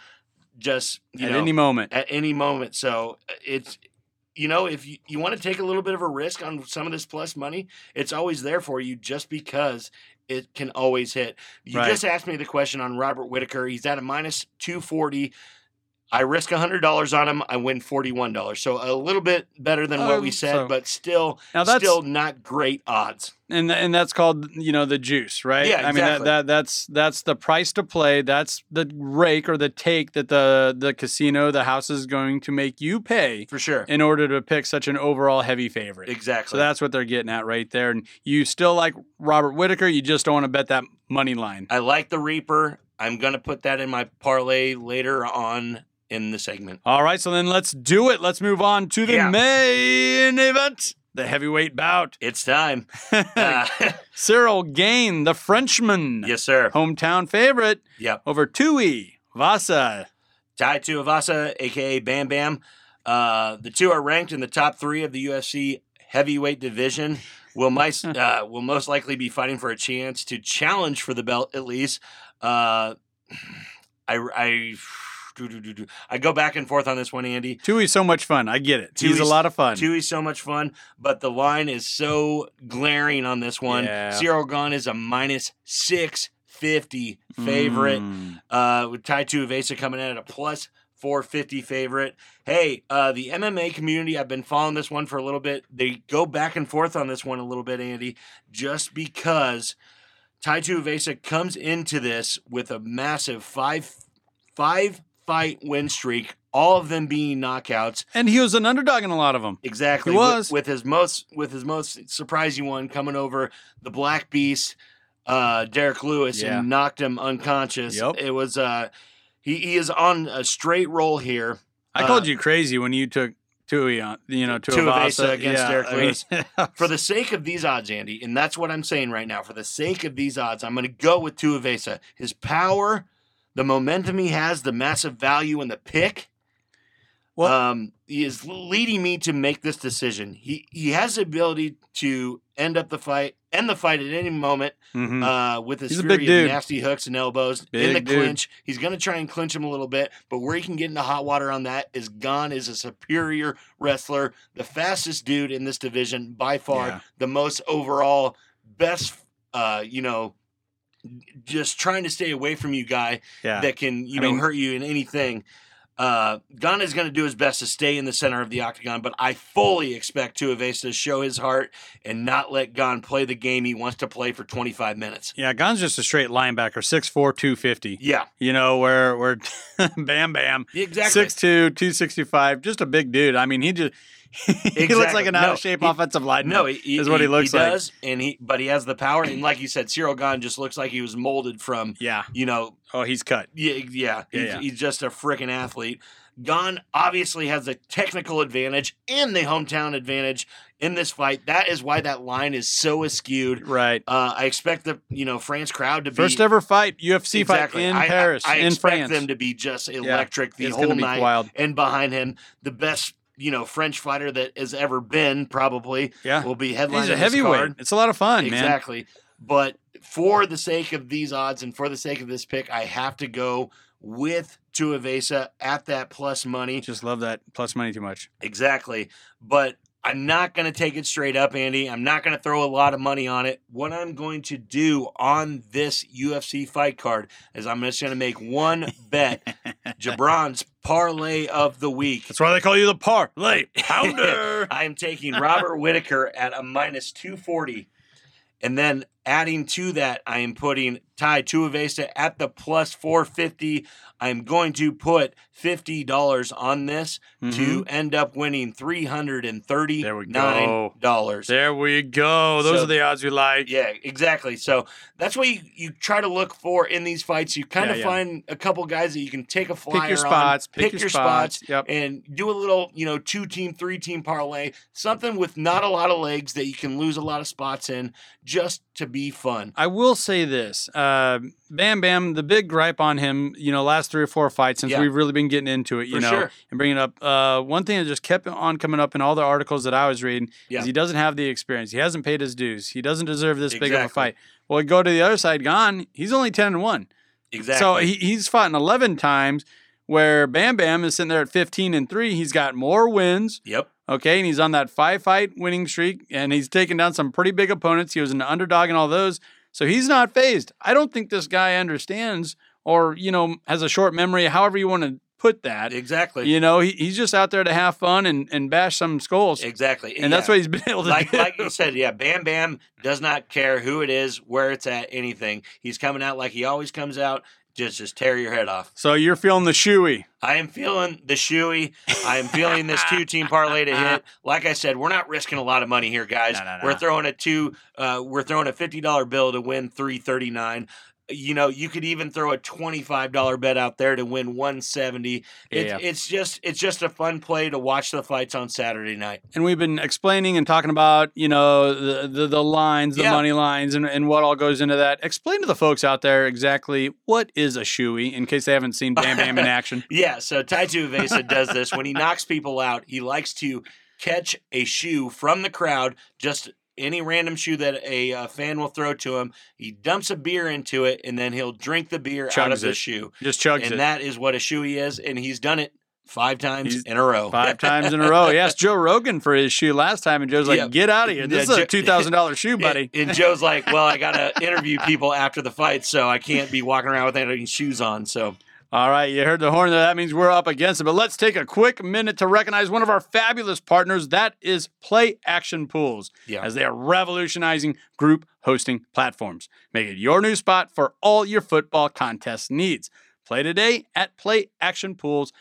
Speaker 6: just you
Speaker 5: at
Speaker 6: know
Speaker 5: any moment.
Speaker 6: at any moment. So uh, it's you know, if you, you want to take a little bit of a risk on some of this plus money, it's always there for you just because it can always hit. You
Speaker 5: Right.
Speaker 6: just asked me the question on Robert Whitaker. He's at a minus 240. I risk $100 on him. I win $41. So a little bit better than what
Speaker 5: Um,
Speaker 6: we said,
Speaker 5: so-
Speaker 6: but still
Speaker 5: Now that's-
Speaker 6: still not great odds.
Speaker 5: and and that's called you know the juice, right?
Speaker 6: Yeah,
Speaker 5: I mean that,
Speaker 6: exactly.
Speaker 5: that that's that's the price to play. That's the rake or the take that the the casino, the house is going to make you pay
Speaker 6: For sure.
Speaker 5: in order to pick such an overall heavy favorite.
Speaker 6: Exactly.
Speaker 5: So that's what they're getting at right there. And you still like Robert Whitaker, you just don't want to bet that money line.
Speaker 6: I like the Reaper. I'm going to put that in my parlay later on in the segment.
Speaker 5: All right, so then let's do it. Let's move on to the
Speaker 6: Yeah.
Speaker 5: main event, the heavyweight bout.
Speaker 6: It's time. Uh,
Speaker 5: Cyril Gain, the Frenchman,
Speaker 6: yes, sir.
Speaker 5: hometown favorite,
Speaker 6: Yep.
Speaker 5: over Tui Vasa.
Speaker 6: tied to Avasa, aka Bam Bam. Uh, the two are ranked in the top three of the UFC heavyweight division. Will mice, uh, will most likely be fighting for a chance to challenge for the belt at least. Uh, I I I go back and forth on this one, Andy.
Speaker 5: Tui's so much fun. I get it. He's a
Speaker 6: Tui's-
Speaker 5: lot of fun.
Speaker 6: Two is so much fun, but the line is so glaring on this one.
Speaker 5: Yeah.
Speaker 6: Cyril Gunn is a minus six fifty favorite.
Speaker 5: Mm.
Speaker 6: Uh, with Tai Tuivasa coming in at a plus four fifty favorite. Hey, uh, the MMA community, I've been following this one for a little bit. They go back and forth on this one a little bit, Andy, just because Tai Tuivasa comes into this with a massive five five fight win streak, all of them being knockouts.
Speaker 5: And he was an underdog in a lot of them.
Speaker 6: Exactly.
Speaker 5: He
Speaker 6: with-
Speaker 5: was.
Speaker 6: with, his most with his most surprising one coming over the Black Beast, uh, Derek Lewis,
Speaker 5: Yeah.
Speaker 6: and knocked him unconscious.
Speaker 5: Yep.
Speaker 6: It was uh, he he is on a straight roll here.
Speaker 5: I
Speaker 6: Uh,
Speaker 5: called you crazy when you took Tui on, you know, Tui
Speaker 6: Tuivasa
Speaker 5: Vasa
Speaker 6: against Derek Lewis.
Speaker 5: Lewis.
Speaker 6: For the sake of these odds, Andy, and that's what I'm saying right now. For the sake of these odds, I'm going to go with Tuivasa. His power, the momentum he has, the massive value in the pick.
Speaker 5: Well-
Speaker 6: um, he is leading me to make this decision. He he has the ability to end up the fight, end the fight at any moment
Speaker 5: Mm-hmm.
Speaker 6: uh, with his
Speaker 5: He's a
Speaker 6: fury
Speaker 5: big
Speaker 6: of
Speaker 5: dude.
Speaker 6: nasty hooks and elbows in
Speaker 5: Big
Speaker 6: the
Speaker 5: dude.
Speaker 6: clinch. He's going to try and clinch him a little bit, but where he can get into hot water on that is Gon is a superior wrestler, the fastest dude in this division by far,
Speaker 5: Yeah.
Speaker 6: the most overall, best, uh, you know, just trying to stay away from you guy
Speaker 5: Yeah.
Speaker 6: that can, you
Speaker 5: I
Speaker 6: know,
Speaker 5: mean-
Speaker 6: hurt you in anything. Uh, Gon is going to do his best to stay in the center of the octagon, but I fully expect Tuivasa to show his heart and not let Gon play the game he wants to play for 25 minutes.
Speaker 5: Yeah, Gon's just a straight linebacker, 6'4", 250.
Speaker 6: Yeah,
Speaker 5: You know, where where bam bam.
Speaker 6: exactly.
Speaker 5: 6'2, 265, just a big dude. I mean, he just he looks like
Speaker 6: Exactly.
Speaker 5: an out
Speaker 6: No,
Speaker 5: of shape
Speaker 6: he-
Speaker 5: offensive lineman.
Speaker 6: No,
Speaker 5: is what he, looks like.
Speaker 6: Does, and he, but he has the power, and like you said, Cyril Gon just looks like he was molded from,
Speaker 5: Yeah.
Speaker 6: you know,
Speaker 5: Oh, he's cut.
Speaker 6: Yeah, yeah.
Speaker 5: Yeah,
Speaker 6: He's,
Speaker 5: yeah.
Speaker 6: he's just a freaking athlete. Gon obviously has a technical advantage and the hometown advantage in this fight. That is why that line is so askewed.
Speaker 5: Right.
Speaker 6: Uh, I expect the you know France crowd to be
Speaker 5: First ever fight, UFC
Speaker 6: exactly.
Speaker 5: fight in
Speaker 6: I- I-
Speaker 5: Paris,
Speaker 6: I,
Speaker 5: in
Speaker 6: expect
Speaker 5: France.
Speaker 6: them to be just electric the
Speaker 5: it's
Speaker 6: whole
Speaker 5: gonna be
Speaker 6: night.
Speaker 5: wild.
Speaker 6: And behind him, the best you know French fighter that has ever been probably
Speaker 5: Yeah.
Speaker 6: will be headlining.
Speaker 5: He's a
Speaker 6: this
Speaker 5: heavyweight.
Speaker 6: card.
Speaker 5: It's a lot of fun, man.
Speaker 6: Exactly. But for the sake of these odds and for the sake of this pick, I have to go with Tuivasa at that plus money.
Speaker 5: Just love that plus money too much.
Speaker 6: Exactly. But I'm not going to take it straight up, Andy. I'm not going to throw a lot of money on it. What I'm going to do on this UFC fight card is I'm just going to make one bet. Jabron's parlay of the week.
Speaker 5: That's why they call you the parlay pounder.
Speaker 6: I am taking Robert Whitaker at a minus 240. And then adding to that, I am putting Ty Tuivasa at the plus 450. I'm going to put $50 on this to end up winning $339.
Speaker 5: Mm-hmm. There we go. there we go. Those
Speaker 6: So-
Speaker 5: are the odds we like.
Speaker 6: Yeah, exactly. So that's what you, you try to look for in these fights. You kind
Speaker 5: Yeah,
Speaker 6: of
Speaker 5: yeah.
Speaker 6: find a couple guys that you can take a flyer
Speaker 5: your
Speaker 6: on,
Speaker 5: spots, pick your spots, yep.
Speaker 6: and do a little, you know, two team, three team parlay, something with not a lot of legs that you can lose a lot of spots in just to be fun.
Speaker 5: I will say this. Uh, Bam Bam, the big gripe on him, you know, last three or four fights since
Speaker 6: Yeah.
Speaker 5: we've really been getting into it, you
Speaker 6: For
Speaker 5: know,
Speaker 6: sure.
Speaker 5: and bringing up. Uh, one thing that just kept on coming up in all the articles that I was reading
Speaker 6: Yeah.
Speaker 5: is he doesn't have the experience. He hasn't paid his dues. He doesn't deserve this big of a
Speaker 6: Exactly.
Speaker 5: fight. Well, we go to the other side, gone. He's only 10 and 1.
Speaker 6: Exactly.
Speaker 5: So he, he's fought in 11 times where Bam Bam is sitting there at 15 and 3. He's got more wins.
Speaker 6: yep.
Speaker 5: Okay, and he's on that five fight winning streak, and he's taken down some pretty big opponents. He was an underdog in all those, so he's not phased. I don't think this guy understands, or you know, has a short memory, however you want to put that.
Speaker 6: Exactly.
Speaker 5: You know, he, he's just out there to have fun and, and bash some skulls.
Speaker 6: Exactly.
Speaker 5: And that's
Speaker 6: Yeah.
Speaker 5: what he's been able to
Speaker 6: like
Speaker 5: do.
Speaker 6: like you said, yeah, Bam Bam does not care who it is, where it's at, anything. He's coming out like he always comes out, just just tear your head off.
Speaker 5: so you're feeling the shoey.
Speaker 6: I am feeling the shoey. I am feeling this two team parlay to hit. Like I said, we're not risking a lot of money here, guys.
Speaker 5: No, no, no.
Speaker 6: We're throwing a two. Uh, we're throwing a fifty dollar bill to win three thirty nine. You know, you could even throw a twenty five dollar bet out there to win one seventy. It,
Speaker 5: Yeah.
Speaker 6: It's just it's just a fun play to watch the fights on Saturday night.
Speaker 5: And we've been explaining and talking about, you know, the the, the lines, the
Speaker 6: Yeah.
Speaker 5: money lines, and, and what all goes into that. Explain to the folks out there exactly what is a shoey in case they haven't seen Bam Bam in action.
Speaker 6: Yeah, so Tai Tuivasa does this when he knocks people out. He likes to catch a shoe from the crowd, just any random shoe that a uh, fan will throw to him. He dumps a beer into it, and then he'll drink the beer out
Speaker 5: Chugs
Speaker 6: of the
Speaker 5: it.
Speaker 6: shoe.
Speaker 5: Just chugs
Speaker 6: and
Speaker 5: it.
Speaker 6: that is what a shoe he is, and he's done it five times
Speaker 5: He's-
Speaker 6: in a row.
Speaker 5: Five times in a row. He asked Joe Rogan for his shoe last time, and Joe's like,
Speaker 6: Yeah.
Speaker 5: "Get out of here! This
Speaker 6: Yeah,
Speaker 5: is
Speaker 6: Joe-
Speaker 5: a two thousand dollar shoe, buddy."
Speaker 6: And, and Joe's like, "Well, I gotta interview people after the fight, so I can't be walking around without any shoes on." So
Speaker 5: All right, you heard the horn there. That means we're up against it. But let's take a quick minute to recognize one of our fabulous partners. That is Play Action Pools,
Speaker 6: Yeah.
Speaker 5: as they are revolutionizing group hosting platforms. Make it your new spot for all your football contest needs. Play today at playactionpools.com.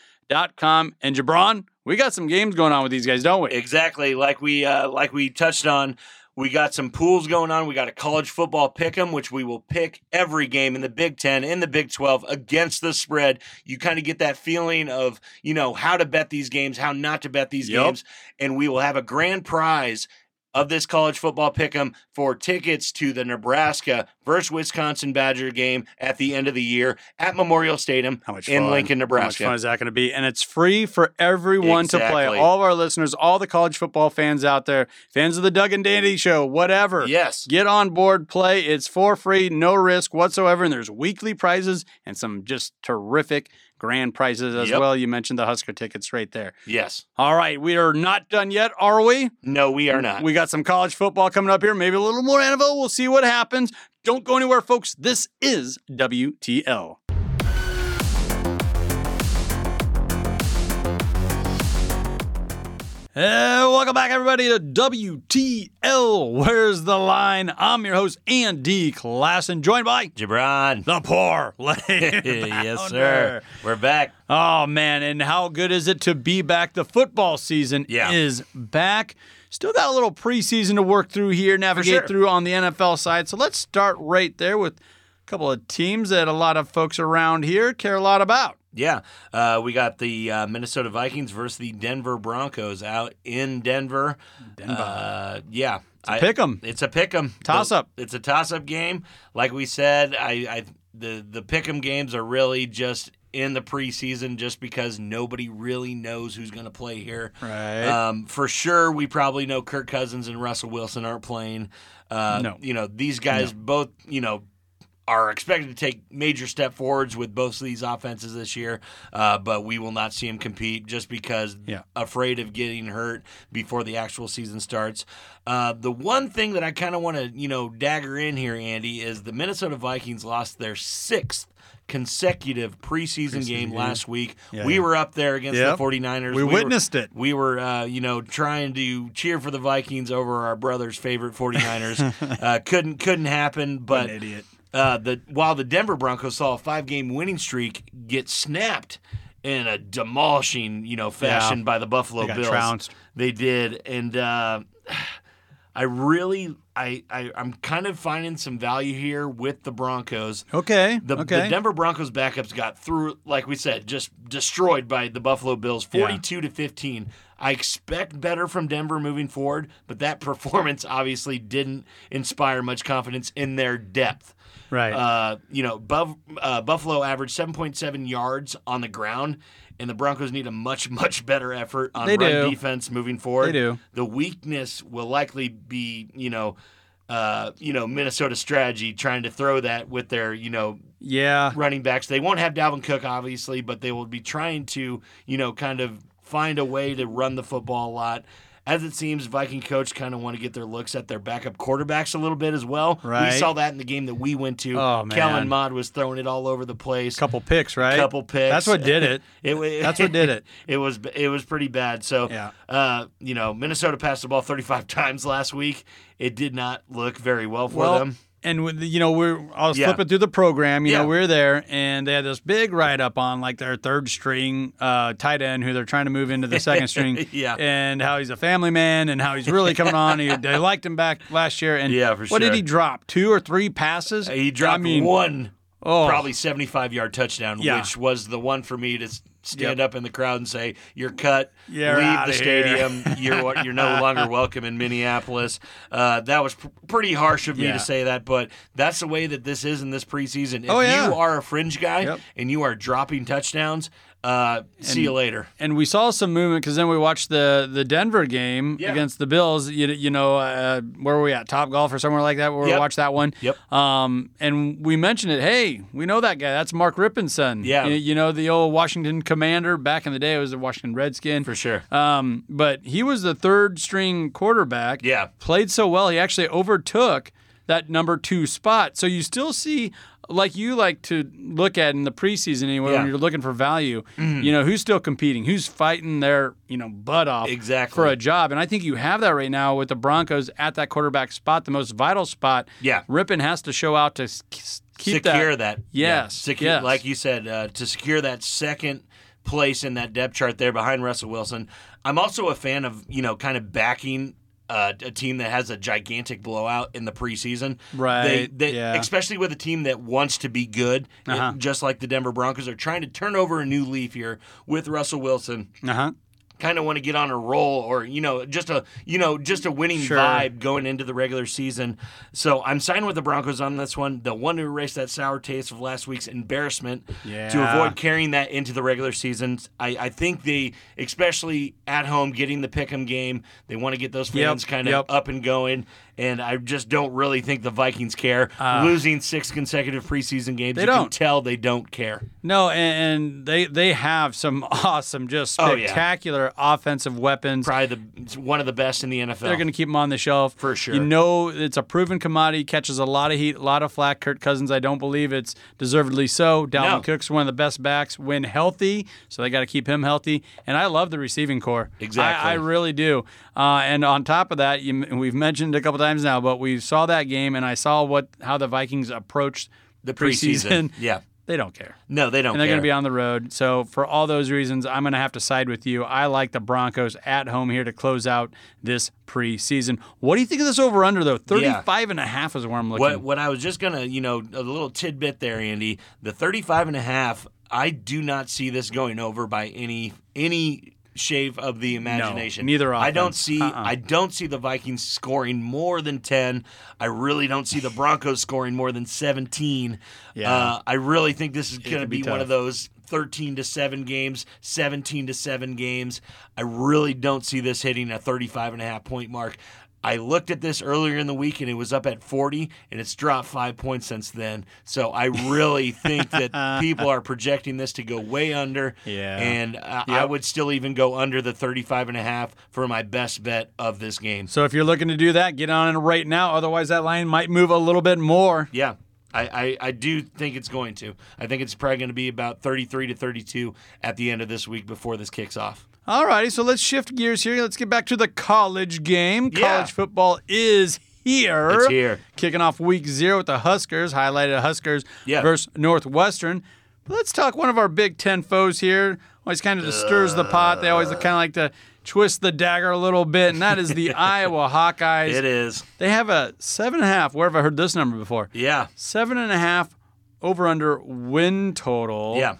Speaker 5: And Jabron, we got some games going on with these guys, don't we?
Speaker 6: Exactly. Like we uh, like we touched on, we got some pools going on. We got a college football pick'em, which we will pick every game in the Big Ten, in the Big Twelve, against the spread. You kind of get that feeling of you know how to bet these games, how not to bet these
Speaker 5: Yep.
Speaker 6: games, and we will have a grand prize. Of this college football pick'em for tickets to the Nebraska versus Wisconsin Badger game at the end of the year at Memorial Stadium
Speaker 5: How much
Speaker 6: in
Speaker 5: fun.
Speaker 6: Lincoln, Nebraska.
Speaker 5: How much fun is that going to be? And it's free for everyone to play.
Speaker 6: Exactly.
Speaker 5: All of our listeners, all the college football fans out there, fans of the Doug and Dandy Show, whatever.
Speaker 6: Yes.
Speaker 5: Get on board, play. It's for free, no risk whatsoever. And there's weekly prizes and some just terrific grand prizes as
Speaker 6: Yep.
Speaker 5: well. You mentioned the Husker tickets right there.
Speaker 6: Yes.
Speaker 5: All right, we are not done yet, are we?
Speaker 6: No, we are not.
Speaker 5: We got some college football coming up here, maybe a little more NFL. We'll see what happens. Don't go anywhere, folks. This is WTL. Hey, welcome back, everybody, to WTL. Where's the line? I'm your host, Andy Klassen, joined by
Speaker 6: Gibran.
Speaker 5: the poor lady.
Speaker 6: yes, sir. We're back.
Speaker 5: Oh man, and how good is it to be back? The football season
Speaker 6: Yeah.
Speaker 5: is back. Still got a little preseason to work through here, navigate
Speaker 6: sure.
Speaker 5: through on the NFL side. So let's start right there with a couple of teams that a lot of folks around here care a lot about.
Speaker 6: Yeah, uh, we got the uh, Minnesota Vikings versus the Denver Broncos out in Denver. Denver. Uh, yeah, I-
Speaker 5: Pick 'em.
Speaker 6: It's a pick 'em.
Speaker 5: Toss up.
Speaker 6: It's a toss up game. Like we said, I, I the the pick 'em games are really just in the preseason, just because nobody really knows who's going to play here.
Speaker 5: Right.
Speaker 6: Um, for sure, we probably know Kirk Cousins and Russell Wilson aren't playing. Uh,
Speaker 5: No.
Speaker 6: You know these guys both. You know are expected to take major step forwards with both of these offenses this year, uh, but we will not see him compete just because
Speaker 5: Yeah.
Speaker 6: afraid of getting hurt before the actual season starts. Uh, the one thing that I kind of want to you know dagger in here, Andy, is the Minnesota Vikings lost their sixth consecutive preseason, game last week.
Speaker 5: Yeah,
Speaker 6: we
Speaker 5: yeah.
Speaker 6: were up there against
Speaker 5: Yep.
Speaker 6: the 49ers.
Speaker 5: We
Speaker 6: were-
Speaker 5: witnessed it.
Speaker 6: we were, uh, you know, trying to cheer for the Vikings over our brother's favorite 49ers. uh, couldn't couldn't happen. But
Speaker 5: idiot.
Speaker 6: Uh, the while the Denver Broncos saw a five game winning streak get snapped in a demolishing, you know, fashion
Speaker 5: Yeah.
Speaker 6: by the Buffalo
Speaker 5: They got
Speaker 6: Bills.
Speaker 5: trounced.
Speaker 6: They did, and uh, I really, I, I, I'm kind of finding some value here with the Broncos.
Speaker 5: Okay.
Speaker 6: The,
Speaker 5: okay.
Speaker 6: the Denver Broncos backups got through, like we said, just destroyed by the Buffalo Bills,
Speaker 5: Yeah.
Speaker 6: forty-two to fifteen. I expect better from Denver moving forward, but that performance obviously didn't inspire much confidence in their depth.
Speaker 5: Right.
Speaker 6: Uh, you know, Buff- uh, Buffalo averaged seven point seven yards on the ground, and the Broncos need a much much better effort on
Speaker 5: They
Speaker 6: run
Speaker 5: do.
Speaker 6: defense moving forward.
Speaker 5: They do.
Speaker 6: The weakness will likely be, you know. Uh, you know Minnesota strategy trying to throw that with their you know
Speaker 5: yeah.
Speaker 6: running backs. They won't have Dalvin Cook, obviously, but they will be trying to, you know, kind of find a way to run the football a lot. as it seems, Viking coach kind of want to get their looks at their backup quarterbacks a little bit as well.
Speaker 5: Right.
Speaker 6: We saw that in the game that we went to.
Speaker 5: Oh, man.
Speaker 6: Kellen Mond was throwing it all over the place.
Speaker 5: Couple picks, right?
Speaker 6: Couple picks.
Speaker 5: That's what did it.
Speaker 6: It, wa-
Speaker 5: That's what did it.
Speaker 6: It was it was pretty bad. So,
Speaker 5: Yeah.
Speaker 6: uh, you know, Minnesota passed the ball 35 times last week. It did not look very well for
Speaker 5: well,
Speaker 6: them.
Speaker 5: and with, the- you know, we're I was
Speaker 6: Yeah.
Speaker 5: flipping through the program. You
Speaker 6: Yeah.
Speaker 5: know, we're there, and they had this big write up on like their third string uh, tight end, who they're trying to move into the second string.
Speaker 6: Yeah.
Speaker 5: and how he's a family man, and how he's really coming on. He, they liked him back last year, and
Speaker 6: Yeah, for
Speaker 5: what did
Speaker 6: sure.
Speaker 5: he drop? Two or three passes?
Speaker 6: He dropped
Speaker 5: I mean,
Speaker 6: one
Speaker 5: oh,
Speaker 6: probably 75 yard touchdown,
Speaker 5: Yeah.
Speaker 6: which was the one for me to s- stand
Speaker 5: Yep.
Speaker 6: up in the crowd and say, You're cut.
Speaker 5: You're
Speaker 6: Leave
Speaker 5: outta
Speaker 6: the
Speaker 5: here."
Speaker 6: stadium. you're, wa- you're no longer welcome in Minneapolis. Uh, that was pr- pretty harsh of me
Speaker 5: Yeah.
Speaker 6: to say that, but that's the way that this is in this preseason. If
Speaker 5: Oh, yeah.
Speaker 6: you are a fringe guy
Speaker 5: Yep.
Speaker 6: and you are dropping touchdowns, uh, see you later.
Speaker 5: and we saw some movement because then we watched the the Denver game
Speaker 6: Yeah.
Speaker 5: against the Bills. You, you know, uh, where were we at? Top Golf or somewhere like that. Where we
Speaker 6: Yep.
Speaker 5: watched that one.
Speaker 6: Yep.
Speaker 5: Um, and we mentioned it. Hey, we know that guy. That's Mark Rippon's son.
Speaker 6: Yeah.
Speaker 5: You, you know the old Washington Commander back in the day. It was the Washington Redskin
Speaker 6: For sure.
Speaker 5: Um, but he was the third string quarterback.
Speaker 6: Yeah.
Speaker 5: Played so well, he actually overtook that number two spot. So you still see, like you like to look at in the preseason anyway,
Speaker 6: Yeah. Mm-hmm.
Speaker 5: when you're looking for value, you know, who's still competing, who's fighting their, you know, butt off
Speaker 6: Exactly.
Speaker 5: for a job. And I think you have that right now with the Broncos at that quarterback spot, the most vital spot.
Speaker 6: Yeah.
Speaker 5: Ripon has to show out to s- s- keep
Speaker 6: secure that.
Speaker 5: Yes,
Speaker 6: Secu-
Speaker 5: yes.
Speaker 6: Like you said, uh, to secure that second place in that depth chart there behind Russell Wilson. I'm also a fan of, you know, kind of backing uh, a team that has a gigantic blowout in the preseason. They,
Speaker 5: Right,
Speaker 6: they,
Speaker 5: yeah.
Speaker 6: Especially with a team that wants to be good, and
Speaker 5: Uh-huh.
Speaker 6: just like the Denver Broncos are trying to turn over a new leaf here with Russell Wilson
Speaker 5: Uh huh.
Speaker 6: kind of want to get on a roll or you know just a you know just a winning
Speaker 5: Sure.
Speaker 6: vibe going into the regular season. So I'm signing with the Broncos on this one. The one to erase that sour taste of last week's embarrassment to
Speaker 5: Yeah.
Speaker 6: avoid carrying that into the regular season. I, I think they especially at home getting the pick'em game, they want to get those
Speaker 5: Yep,
Speaker 6: fans kind of
Speaker 5: yep.
Speaker 6: up and going. And I just don't really think the Vikings care. Losing six consecutive preseason games,
Speaker 5: Uh. They
Speaker 6: you can
Speaker 5: don't.
Speaker 6: tell they don't care.
Speaker 5: No, and, and they they have some awesome, just
Speaker 6: Oh, yeah.
Speaker 5: spectacular offensive weapons.
Speaker 6: Probably the one of the best in the NFL.
Speaker 5: They're going to keep him on the shelf
Speaker 6: For sure.
Speaker 5: You know, it's a proven commodity. Catches a lot of heat, a lot of flack. Kurt Cousins, I don't believe it's deservedly so. Dalvin
Speaker 6: No.
Speaker 5: Cook's one of the best backs when healthy, so they got to keep him healthy. And I love the receiving core.
Speaker 6: Exactly.
Speaker 5: I, I really do. Uh, and on top of that, you, we've mentioned a couple times now, but we saw that game, and I saw what how the Vikings approached
Speaker 6: the preseason. Yeah.
Speaker 5: They don't care.
Speaker 6: No, they don't.
Speaker 5: and they're
Speaker 6: care.
Speaker 5: going to be on the road. So for all those reasons, I'm going to have to side with you. I like the Broncos at home here to close out this preseason. What do you think of this over under though? 35 and a half is where I'm looking.
Speaker 6: What, what I was just going to, you know, a little tidbit there, Andy, the 35 and a half, I do not see this going over by any, any shave of the imagination.
Speaker 5: neither
Speaker 6: I don't
Speaker 5: offense. Uh-uh.
Speaker 6: see, I don't see the Vikings scoring more than 10. I really don't see the Broncos scoring more than 17.
Speaker 5: Yeah.
Speaker 6: Uh, I really think this is going to
Speaker 5: could be
Speaker 6: be, one
Speaker 5: tough.
Speaker 6: of those 13 to 7 games, 17 to 7 games. I really don't see this hitting a 35 and a half point mark. I looked at this earlier in the week and it was up at 40 and it's dropped 5 points since then. So I really think that people are projecting this to go way under.
Speaker 5: Yeah.
Speaker 6: And I, I would still even go under the 35 and a half for my best bet of this game.
Speaker 5: so if you're looking to do that, get on it right now. Otherwise, that line might move a little bit more.
Speaker 6: Yeah. I, I, I do think it's going to. I think it's probably going to be about 33 to 32 at the end of this week before this kicks off.
Speaker 5: All righty, so let's shift gears here. Let's get back to the college game.
Speaker 6: Yeah.
Speaker 5: College football is here.
Speaker 6: It's here.
Speaker 5: Kicking off week zero with the Huskers, highlighted Huskers
Speaker 6: Yeah.
Speaker 5: versus Northwestern. But let's talk one of our Big Ten foes here. Always kind of just stirs the pot. They always kind of like to twist the dagger a little bit, and that is the Iowa Hawkeyes.
Speaker 6: It is.
Speaker 5: They have a seven and a half. Where have I heard this number before?
Speaker 6: Yeah.
Speaker 5: Seven and a half over under win total.
Speaker 6: Yeah.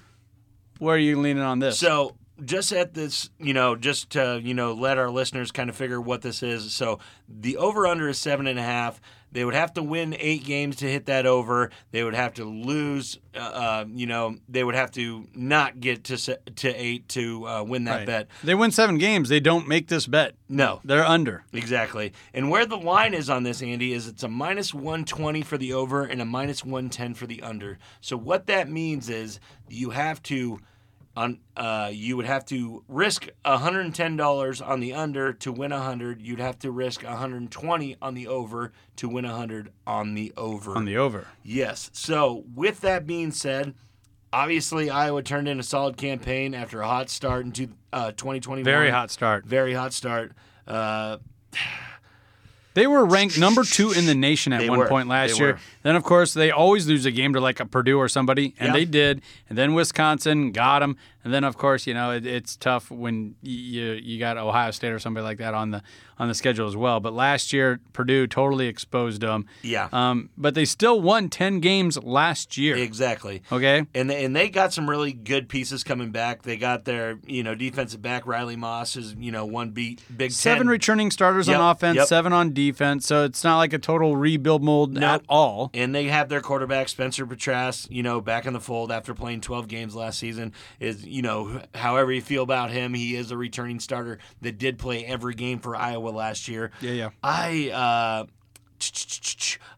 Speaker 5: Where are you leaning on this?
Speaker 6: So just at this, you know, just to you know let our listeners kind of figure what this is. So the over under is seven and a half. They would have to win eight games to hit that over. They would have to lose. Uh, uh, you know, they would have to not get to se- to eight to uh, win that
Speaker 5: Right.
Speaker 6: bet.
Speaker 5: They win seven games. They don't make this bet.
Speaker 6: No,
Speaker 5: They're under.
Speaker 6: Exactly. And where the line is on this, Andy, is it's a minus 120 for the over and a minus 110 for the under. So what that means is you have to On uh, you would have to risk $110 on the under to win 100. You'd have to risk 120 on the over to win 100 on the over.
Speaker 5: on the over.
Speaker 6: Yes. So, with that being said, obviously Iowa turned in a solid campaign after a hot start in two, uh, 2021.
Speaker 5: Very hot start.
Speaker 6: Very hot start. Uh,
Speaker 5: They were ranked number two in the nation at
Speaker 6: They
Speaker 5: one
Speaker 6: were.
Speaker 5: point last
Speaker 6: They
Speaker 5: year.
Speaker 6: were.
Speaker 5: Then, of course, they always lose a game to like a Purdue or somebody, and
Speaker 6: Yeah.
Speaker 5: they did. And then Wisconsin got them. And then, of course, you know it, it's tough when y- you you got Ohio State or somebody like that on the on the schedule as well. But last year, Purdue totally exposed them.
Speaker 6: Yeah.
Speaker 5: Um, but they still won ten games last year.
Speaker 6: exactly.
Speaker 5: Okay.
Speaker 6: And they, and they got some really good pieces coming back. They got their you know defensive back Riley Moss is you know one beat Big
Speaker 5: Seven
Speaker 6: Ten.
Speaker 5: returning starters
Speaker 6: Yep,
Speaker 5: on offense,
Speaker 6: yep.
Speaker 5: seven on defense. So it's not like a total rebuild mold at all.
Speaker 6: And they have their quarterback Spencer Petras, you know, back in the fold after playing 12 games last season. Is you know, however you feel about him, he is a returning starter that did play every game for Iowa last year.
Speaker 5: Yeah, yeah.
Speaker 6: I uh,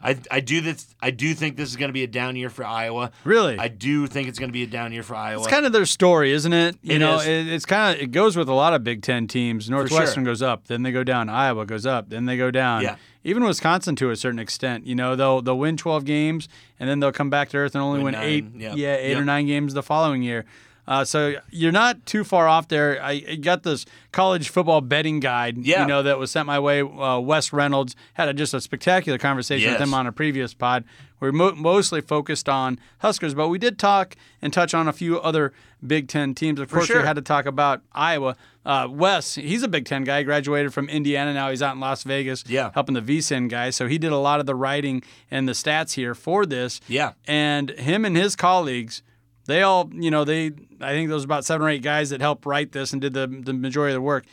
Speaker 6: I I do this. I do think this is going to be a down year for Iowa.
Speaker 5: Really?
Speaker 6: I do think it's going to be a down year for Iowa.
Speaker 5: It's kind of their story, isn't it? You
Speaker 6: It
Speaker 5: know,
Speaker 6: is.
Speaker 5: It, it's kind of it goes with a lot of Big Ten teams. Northwestern goes up, then they go down. Iowa goes up, then they go down.
Speaker 6: Yeah.
Speaker 5: Even Wisconsin to a certain extent. You know, they'll they'll win twelve games and then they'll come back to earth and only win,
Speaker 6: Win nine,
Speaker 5: eight.
Speaker 6: yeah.
Speaker 5: Yeah, eight or
Speaker 6: Yep.
Speaker 5: nine games the following year. Uh, so you're not too far off there. I, I got this college football betting guide,
Speaker 6: Yeah.
Speaker 5: you know, that was sent my way. Uh, Wes Reynolds had a, just a spectacular conversation with
Speaker 6: Yes.
Speaker 5: him on a previous pod. We are mo- mostly focused on Huskers, but we did talk and touch on a few other Big Ten teams. Of course,
Speaker 6: sure.
Speaker 5: we had to talk about Iowa. Uh, Wes, he's a Big Ten guy, graduated from Indiana. Now he's out in Las Vegas,
Speaker 6: Yeah.
Speaker 5: helping the VSIN guys. So he did a lot of the writing and the stats here for this.
Speaker 6: Yeah.
Speaker 5: And him and his colleagues, they all, you know, they I think there was about seven or eight guys that helped write this and did the the majority of the work.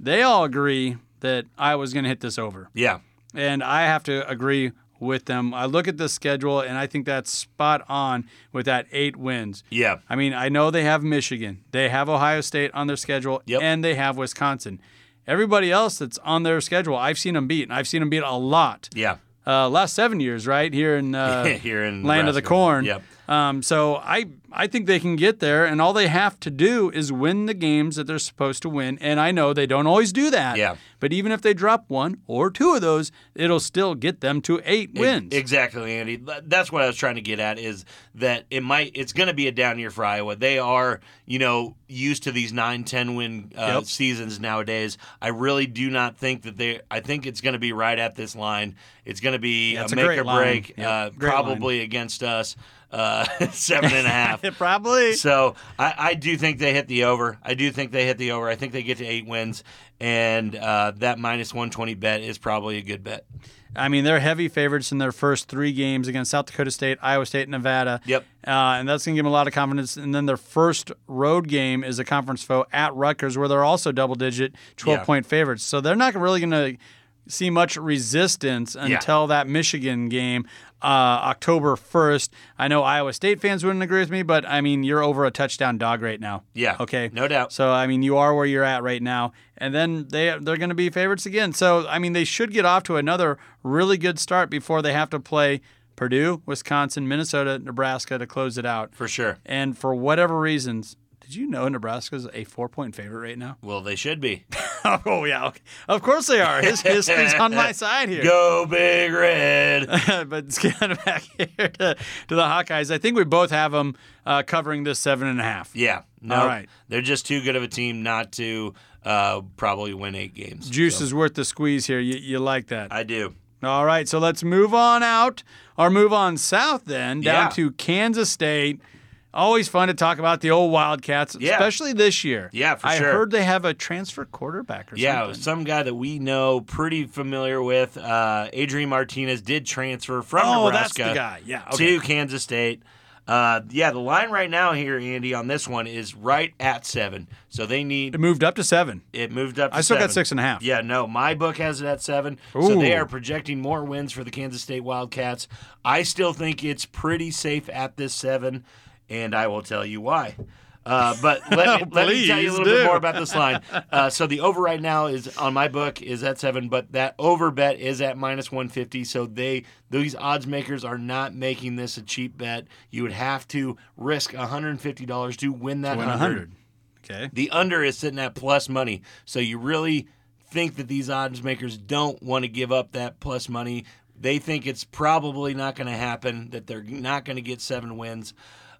Speaker 5: They all agree that Iowa's going to hit this over
Speaker 6: yeah.
Speaker 5: and I have to agree with them. I look at the schedule, and I think that's spot on with that eight wins.
Speaker 6: Yeah.
Speaker 5: I mean, I know they have Michigan, they have Ohio State on their schedule,
Speaker 6: Yep.
Speaker 5: and they have Wisconsin. Everybody else that's on their schedule, I've seen them beat, and I've seen them beat a lot.
Speaker 6: Yeah.
Speaker 5: Uh, last seven years, right here in uh,
Speaker 6: Here in
Speaker 5: land of the
Speaker 6: Nebraska.
Speaker 5: corn.
Speaker 6: Yep.
Speaker 5: Um, so I I think they can get there, and all they have to do is win the games that they're supposed to win. And I know they don't always do that.
Speaker 6: Yeah.
Speaker 5: But even if they drop one or two of those, it'll still get them to eight wins.
Speaker 6: Exactly, Andy. Th- That's what I was trying to get at is that it might it's going to be a down year for Iowa. They are, you know, used to these 9 10 win uh,
Speaker 5: Yep.
Speaker 6: seasons nowadays. I really do not think that they I think it's going to be right at this line. It's going to be
Speaker 5: Yeah,
Speaker 6: a
Speaker 5: it's a
Speaker 6: make
Speaker 5: great
Speaker 6: or
Speaker 5: line.
Speaker 6: break,
Speaker 5: Yep.
Speaker 6: uh,
Speaker 5: Great line.
Speaker 6: probably against us, uh, seven and a half.
Speaker 5: probably.
Speaker 6: So I, I do think they hit the over. I do think they hit the over. I think they get to eight wins, and uh, that minus one twenty bet is probably a good bet.
Speaker 5: I mean, they're heavy favorites in their first three games against South Dakota State, Iowa State, and Nevada.
Speaker 6: Yep.
Speaker 5: Uh, and that's going to give them a lot of confidence. And then their first road game is a conference foe at Rutgers, where they're also double digit 12
Speaker 6: Yeah.
Speaker 5: point favorites. So they're not really going to see much resistance until that Michigan game. Uh, October 1st. I know Iowa State fans wouldn't agree with me, but I mean, you're over a touchdown dog right now.
Speaker 6: Yeah,
Speaker 5: Okay.
Speaker 6: no doubt.
Speaker 5: So I mean, you are where you're at right now, and then they they're going to be favorites again. So I mean, they should get off to another really good start before they have to play Purdue, Wisconsin, Minnesota, Nebraska to close it out.
Speaker 6: For sure.
Speaker 5: And for whatever reasons, did you know Nebraska's a four point favorite right now?
Speaker 6: Well, they should be.
Speaker 5: oh yeah, okay. of course they are. His history's on my side here.
Speaker 6: Go Big Red.
Speaker 5: but it's kind of back here to, to the Hawkeyes. I think we both have them uh, covering this seven and a half.
Speaker 6: Yeah. No.
Speaker 5: All right.
Speaker 6: They're just too good of a team not to uh, probably win eight games.
Speaker 5: Juice
Speaker 6: So,
Speaker 5: is worth the squeeze here. You, you like that?
Speaker 6: I do.
Speaker 5: All right, so let's move on out or move on south then down
Speaker 6: Yeah.
Speaker 5: to Kansas State. Always fun to talk about the old Wildcats,
Speaker 6: Yeah.
Speaker 5: especially this year.
Speaker 6: Yeah, for
Speaker 5: I
Speaker 6: sure.
Speaker 5: heard they have a transfer quarterback or
Speaker 6: Yeah,
Speaker 5: something.
Speaker 6: some guy that we know pretty familiar with, uh, Adrian Martinez, did transfer from
Speaker 5: Oh, that's
Speaker 6: Nebraska
Speaker 5: the guy. Yeah, okay.
Speaker 6: to Kansas State. Uh, yeah, the line right now here, Andy, on this one is right at seven. So they need
Speaker 5: It moved up to seven.
Speaker 6: it moved up. To
Speaker 5: I still
Speaker 6: seven.
Speaker 5: got six and a half.
Speaker 6: Yeah, no, my book has it at seven. So they
Speaker 5: Ooh.
Speaker 6: are projecting more wins for the Kansas State Wildcats. I still think it's pretty safe at this seven, and I will tell you why. Uh, but let, me, let me tell you a
Speaker 5: Oh, Please
Speaker 6: little
Speaker 5: do.
Speaker 6: bit more about this line. Uh, so the over right now is on my book is at seven, but that over bet is at minus one fifty. So they these odds makers are not making this a cheap bet. You would have to risk one hundred and fifty dollars to win that
Speaker 5: Win
Speaker 6: 100.
Speaker 5: 100. Okay.
Speaker 6: The under is sitting at plus money. So you really think that these odds makers don't want to give up that plus money. They think it's probably not going to happen, that they're not going to get seven wins.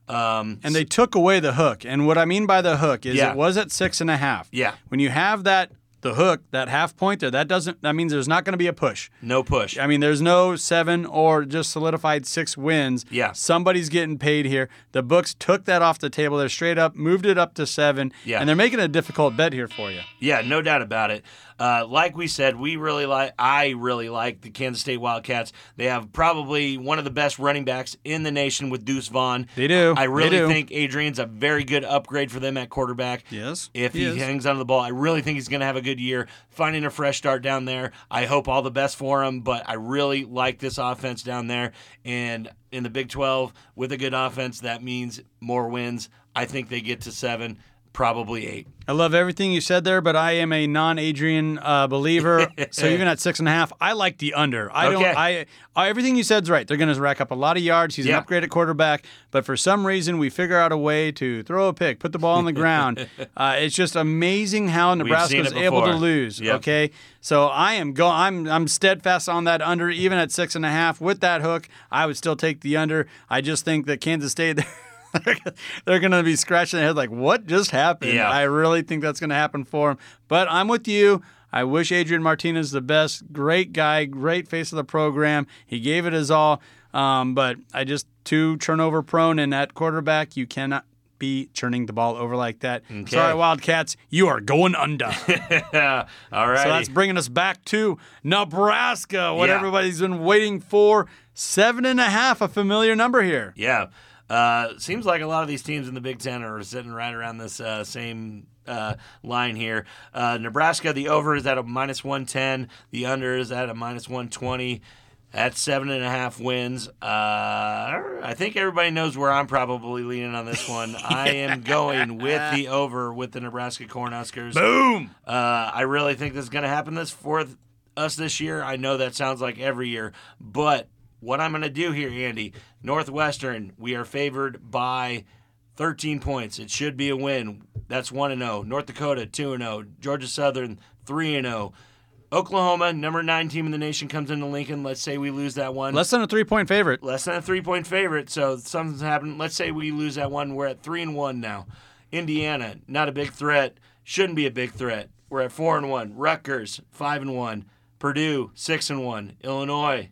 Speaker 6: Um,
Speaker 5: And they took away the hook. And what I mean by the hook is
Speaker 6: Yeah.
Speaker 5: it was at six and a half.
Speaker 6: Yeah.
Speaker 5: When you have that the hook, that half point there, that doesn't that means there's not going to be a push.
Speaker 6: no push.
Speaker 5: I mean, there's no seven or just solidified six wins.
Speaker 6: Yeah.
Speaker 5: Somebody's getting paid here. The books took that off the table. They're straight up, moved it up to seven.
Speaker 6: Yeah.
Speaker 5: And they're making a difficult bet here for you.
Speaker 6: Yeah, no doubt about it. Uh, like we said, we really like. I really like the Kansas State Wildcats. They have probably one of the best running backs in the nation with Deuce Vaughn.
Speaker 5: They do.
Speaker 6: I
Speaker 5: They
Speaker 6: really
Speaker 5: do.
Speaker 6: think Adrian's a very good upgrade for them at quarterback.
Speaker 5: Yes,
Speaker 6: If
Speaker 5: he
Speaker 6: he,
Speaker 5: is.
Speaker 6: hangs onto the ball, I really think he's going to have a good year. Finding a fresh start down there. I hope all the best for him. But I really like this offense down there. And in the Big Twelve, with a good offense, that means more wins. I think they get to seven, probably eight.
Speaker 5: I love everything you said there, but I am a non-Adrian uh, believer. so even at six and a half, I like the under. I
Speaker 6: Okay.
Speaker 5: don't. I, I everything you said's right. They're going to rack up a lot of yards. He's
Speaker 6: Yeah.
Speaker 5: an upgrade at quarterback, but for some reason, we figure out a way to throw a pick, put the ball on the ground. uh, it's just amazing how Nebraska
Speaker 6: seen
Speaker 5: is
Speaker 6: it
Speaker 5: able to
Speaker 6: before.
Speaker 5: lose.
Speaker 6: Yep.
Speaker 5: Okay, so I am go. I'm I'm steadfast on that under, even at six and a half with that hook. I would still take the under. I just think that Kansas State. They're going to be scratching their head like, what just happened?
Speaker 6: Yeah.
Speaker 5: I really think that's going to happen for him. But I'm with you. I wish Adrian Martinez the best. Great guy, great face of the program. He gave it his all. Um, but I just too turnover prone, and at quarterback, you cannot be churning the ball over like that. Sorry, Wildcats, you are going under. so
Speaker 6: Yeah. All right.
Speaker 5: that's bringing us back to Nebraska, what
Speaker 6: Yeah.
Speaker 5: everybody's been waiting for. Seven and a half, a familiar number here.
Speaker 6: Yeah. Uh, seems like a lot of these teams in the Big Ten are sitting right around this uh, same uh, line here. Uh, Nebraska, the over is at a minus 110, the under is at a minus 120. At seven and a half wins, uh, I think everybody knows where I'm probably leaning on this one. I am going with the over with the Nebraska Cornhuskers.
Speaker 5: Boom.
Speaker 6: Uh, I really think this is going to happen this for th- us this year. I know that sounds like every year, but what I'm going to do here, Andy, Northwestern, we are favored by 13 points. It should be a win. That's 1 and 0. North Dakota 2 and 0. Georgia Southern 3 and 0. Oklahoma, number 9 team in the nation comes into Lincoln. Let's say we lose that one
Speaker 5: Less than a three point favorite.
Speaker 6: less than a three point favorite. So something's happened. Let's say we lose that one. We're at three and one now. Indiana, not a big threat. Shouldn't be a big threat. We're at four and one. Rutgers, five and one. Purdue, six and one. Illinois,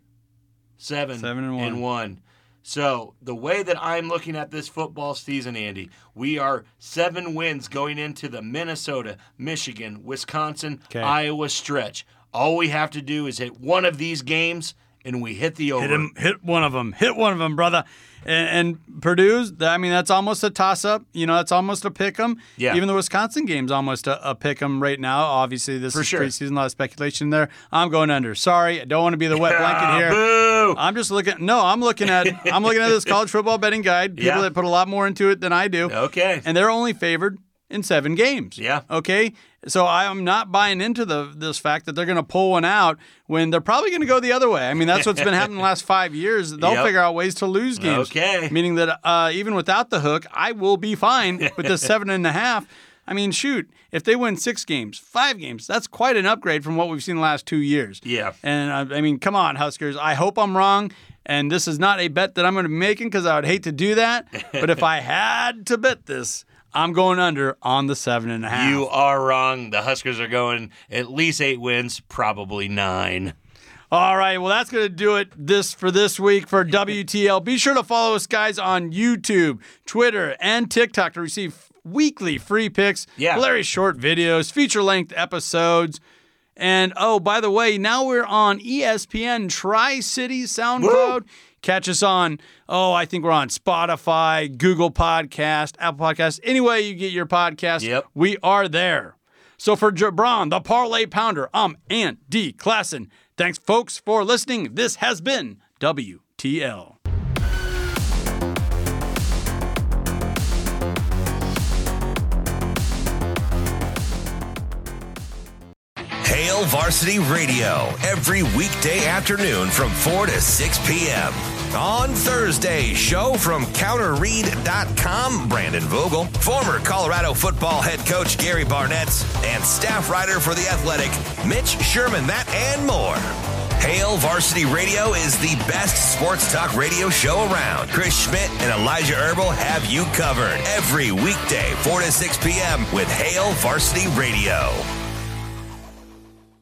Speaker 6: seven,
Speaker 5: Seven and one.
Speaker 6: So the way that I'm looking at this football season, Andy, we are seven wins going into the Minnesota, Michigan, Wisconsin,
Speaker 5: Okay.
Speaker 6: Iowa stretch. All we have to do is hit one of these games, and we hit the over.
Speaker 5: Hit him! Hit one of them! Hit one of them, brother! And, and Purdue's. I mean, that's almost a toss-up. You know, that's almost a pick 'em.
Speaker 6: Yeah.
Speaker 5: Even the Wisconsin game's almost a, a pick 'em right now. Obviously, this is
Speaker 6: sure.
Speaker 5: preseason. A lot of speculation there. I'm going under. Sorry, I don't want to be the wet blanket here.
Speaker 6: Boo!
Speaker 5: I'm just looking. No, I'm looking at. I'm looking at this college football betting guide. People
Speaker 6: Yeah.
Speaker 5: that put a lot more into it than I do.
Speaker 6: Okay.
Speaker 5: And they're only favored in seven games.
Speaker 6: Yeah.
Speaker 5: Okay. So I am not buying into the this fact that they're going to pull one out when they're probably going to go the other way. I mean, that's what's been happening the last five years. They'll
Speaker 6: Yep.
Speaker 5: figure out ways to lose games.
Speaker 6: Okay.
Speaker 5: Meaning that uh, even without the hook, I will be fine with the seven and a half. I mean, shoot, if they win six games, five games, that's quite an upgrade from what we've seen the last two years.
Speaker 6: Yeah.
Speaker 5: And I, I mean, come on, Huskers. I hope I'm wrong. And this is not a bet that I'm going to be making because I would hate to do that. But if I had to bet this, I'm going under on the seven and a half.
Speaker 6: you are wrong. The Huskers are going at least eight wins, probably nine.
Speaker 5: All right, well that's gonna do it this for this week for WTL. Be sure to follow us guys on YouTube, Twitter, and TikTok to receive weekly free picks,
Speaker 6: Yeah.
Speaker 5: hilarious short videos, feature length episodes. And oh, by the way, now we're on E ESPN Tri City SoundCloud. Catch us on, oh, I think we're on Spotify, Google Podcast, Apple Podcast, any way you get your podcast.
Speaker 6: Yep.
Speaker 5: We are there. So for Jabron, the Parlay Pounder, I'm Ant D. Klassen. Thanks, folks, for listening. This has been WTL.
Speaker 1: Hale Varsity Radio every weekday afternoon from 4 to 6 p.m. On Thursday, show from counterread.com, Brandon Vogel, former Colorado football head coach Gary Barnett, and staff writer for The Athletic, Mitch Sherman, that and more. Hale Varsity Radio is the best sports talk radio show around. Chris Schmidt and Elijah Herbal have you covered every weekday, 4 to 6 p.m. with Hale Varsity Radio.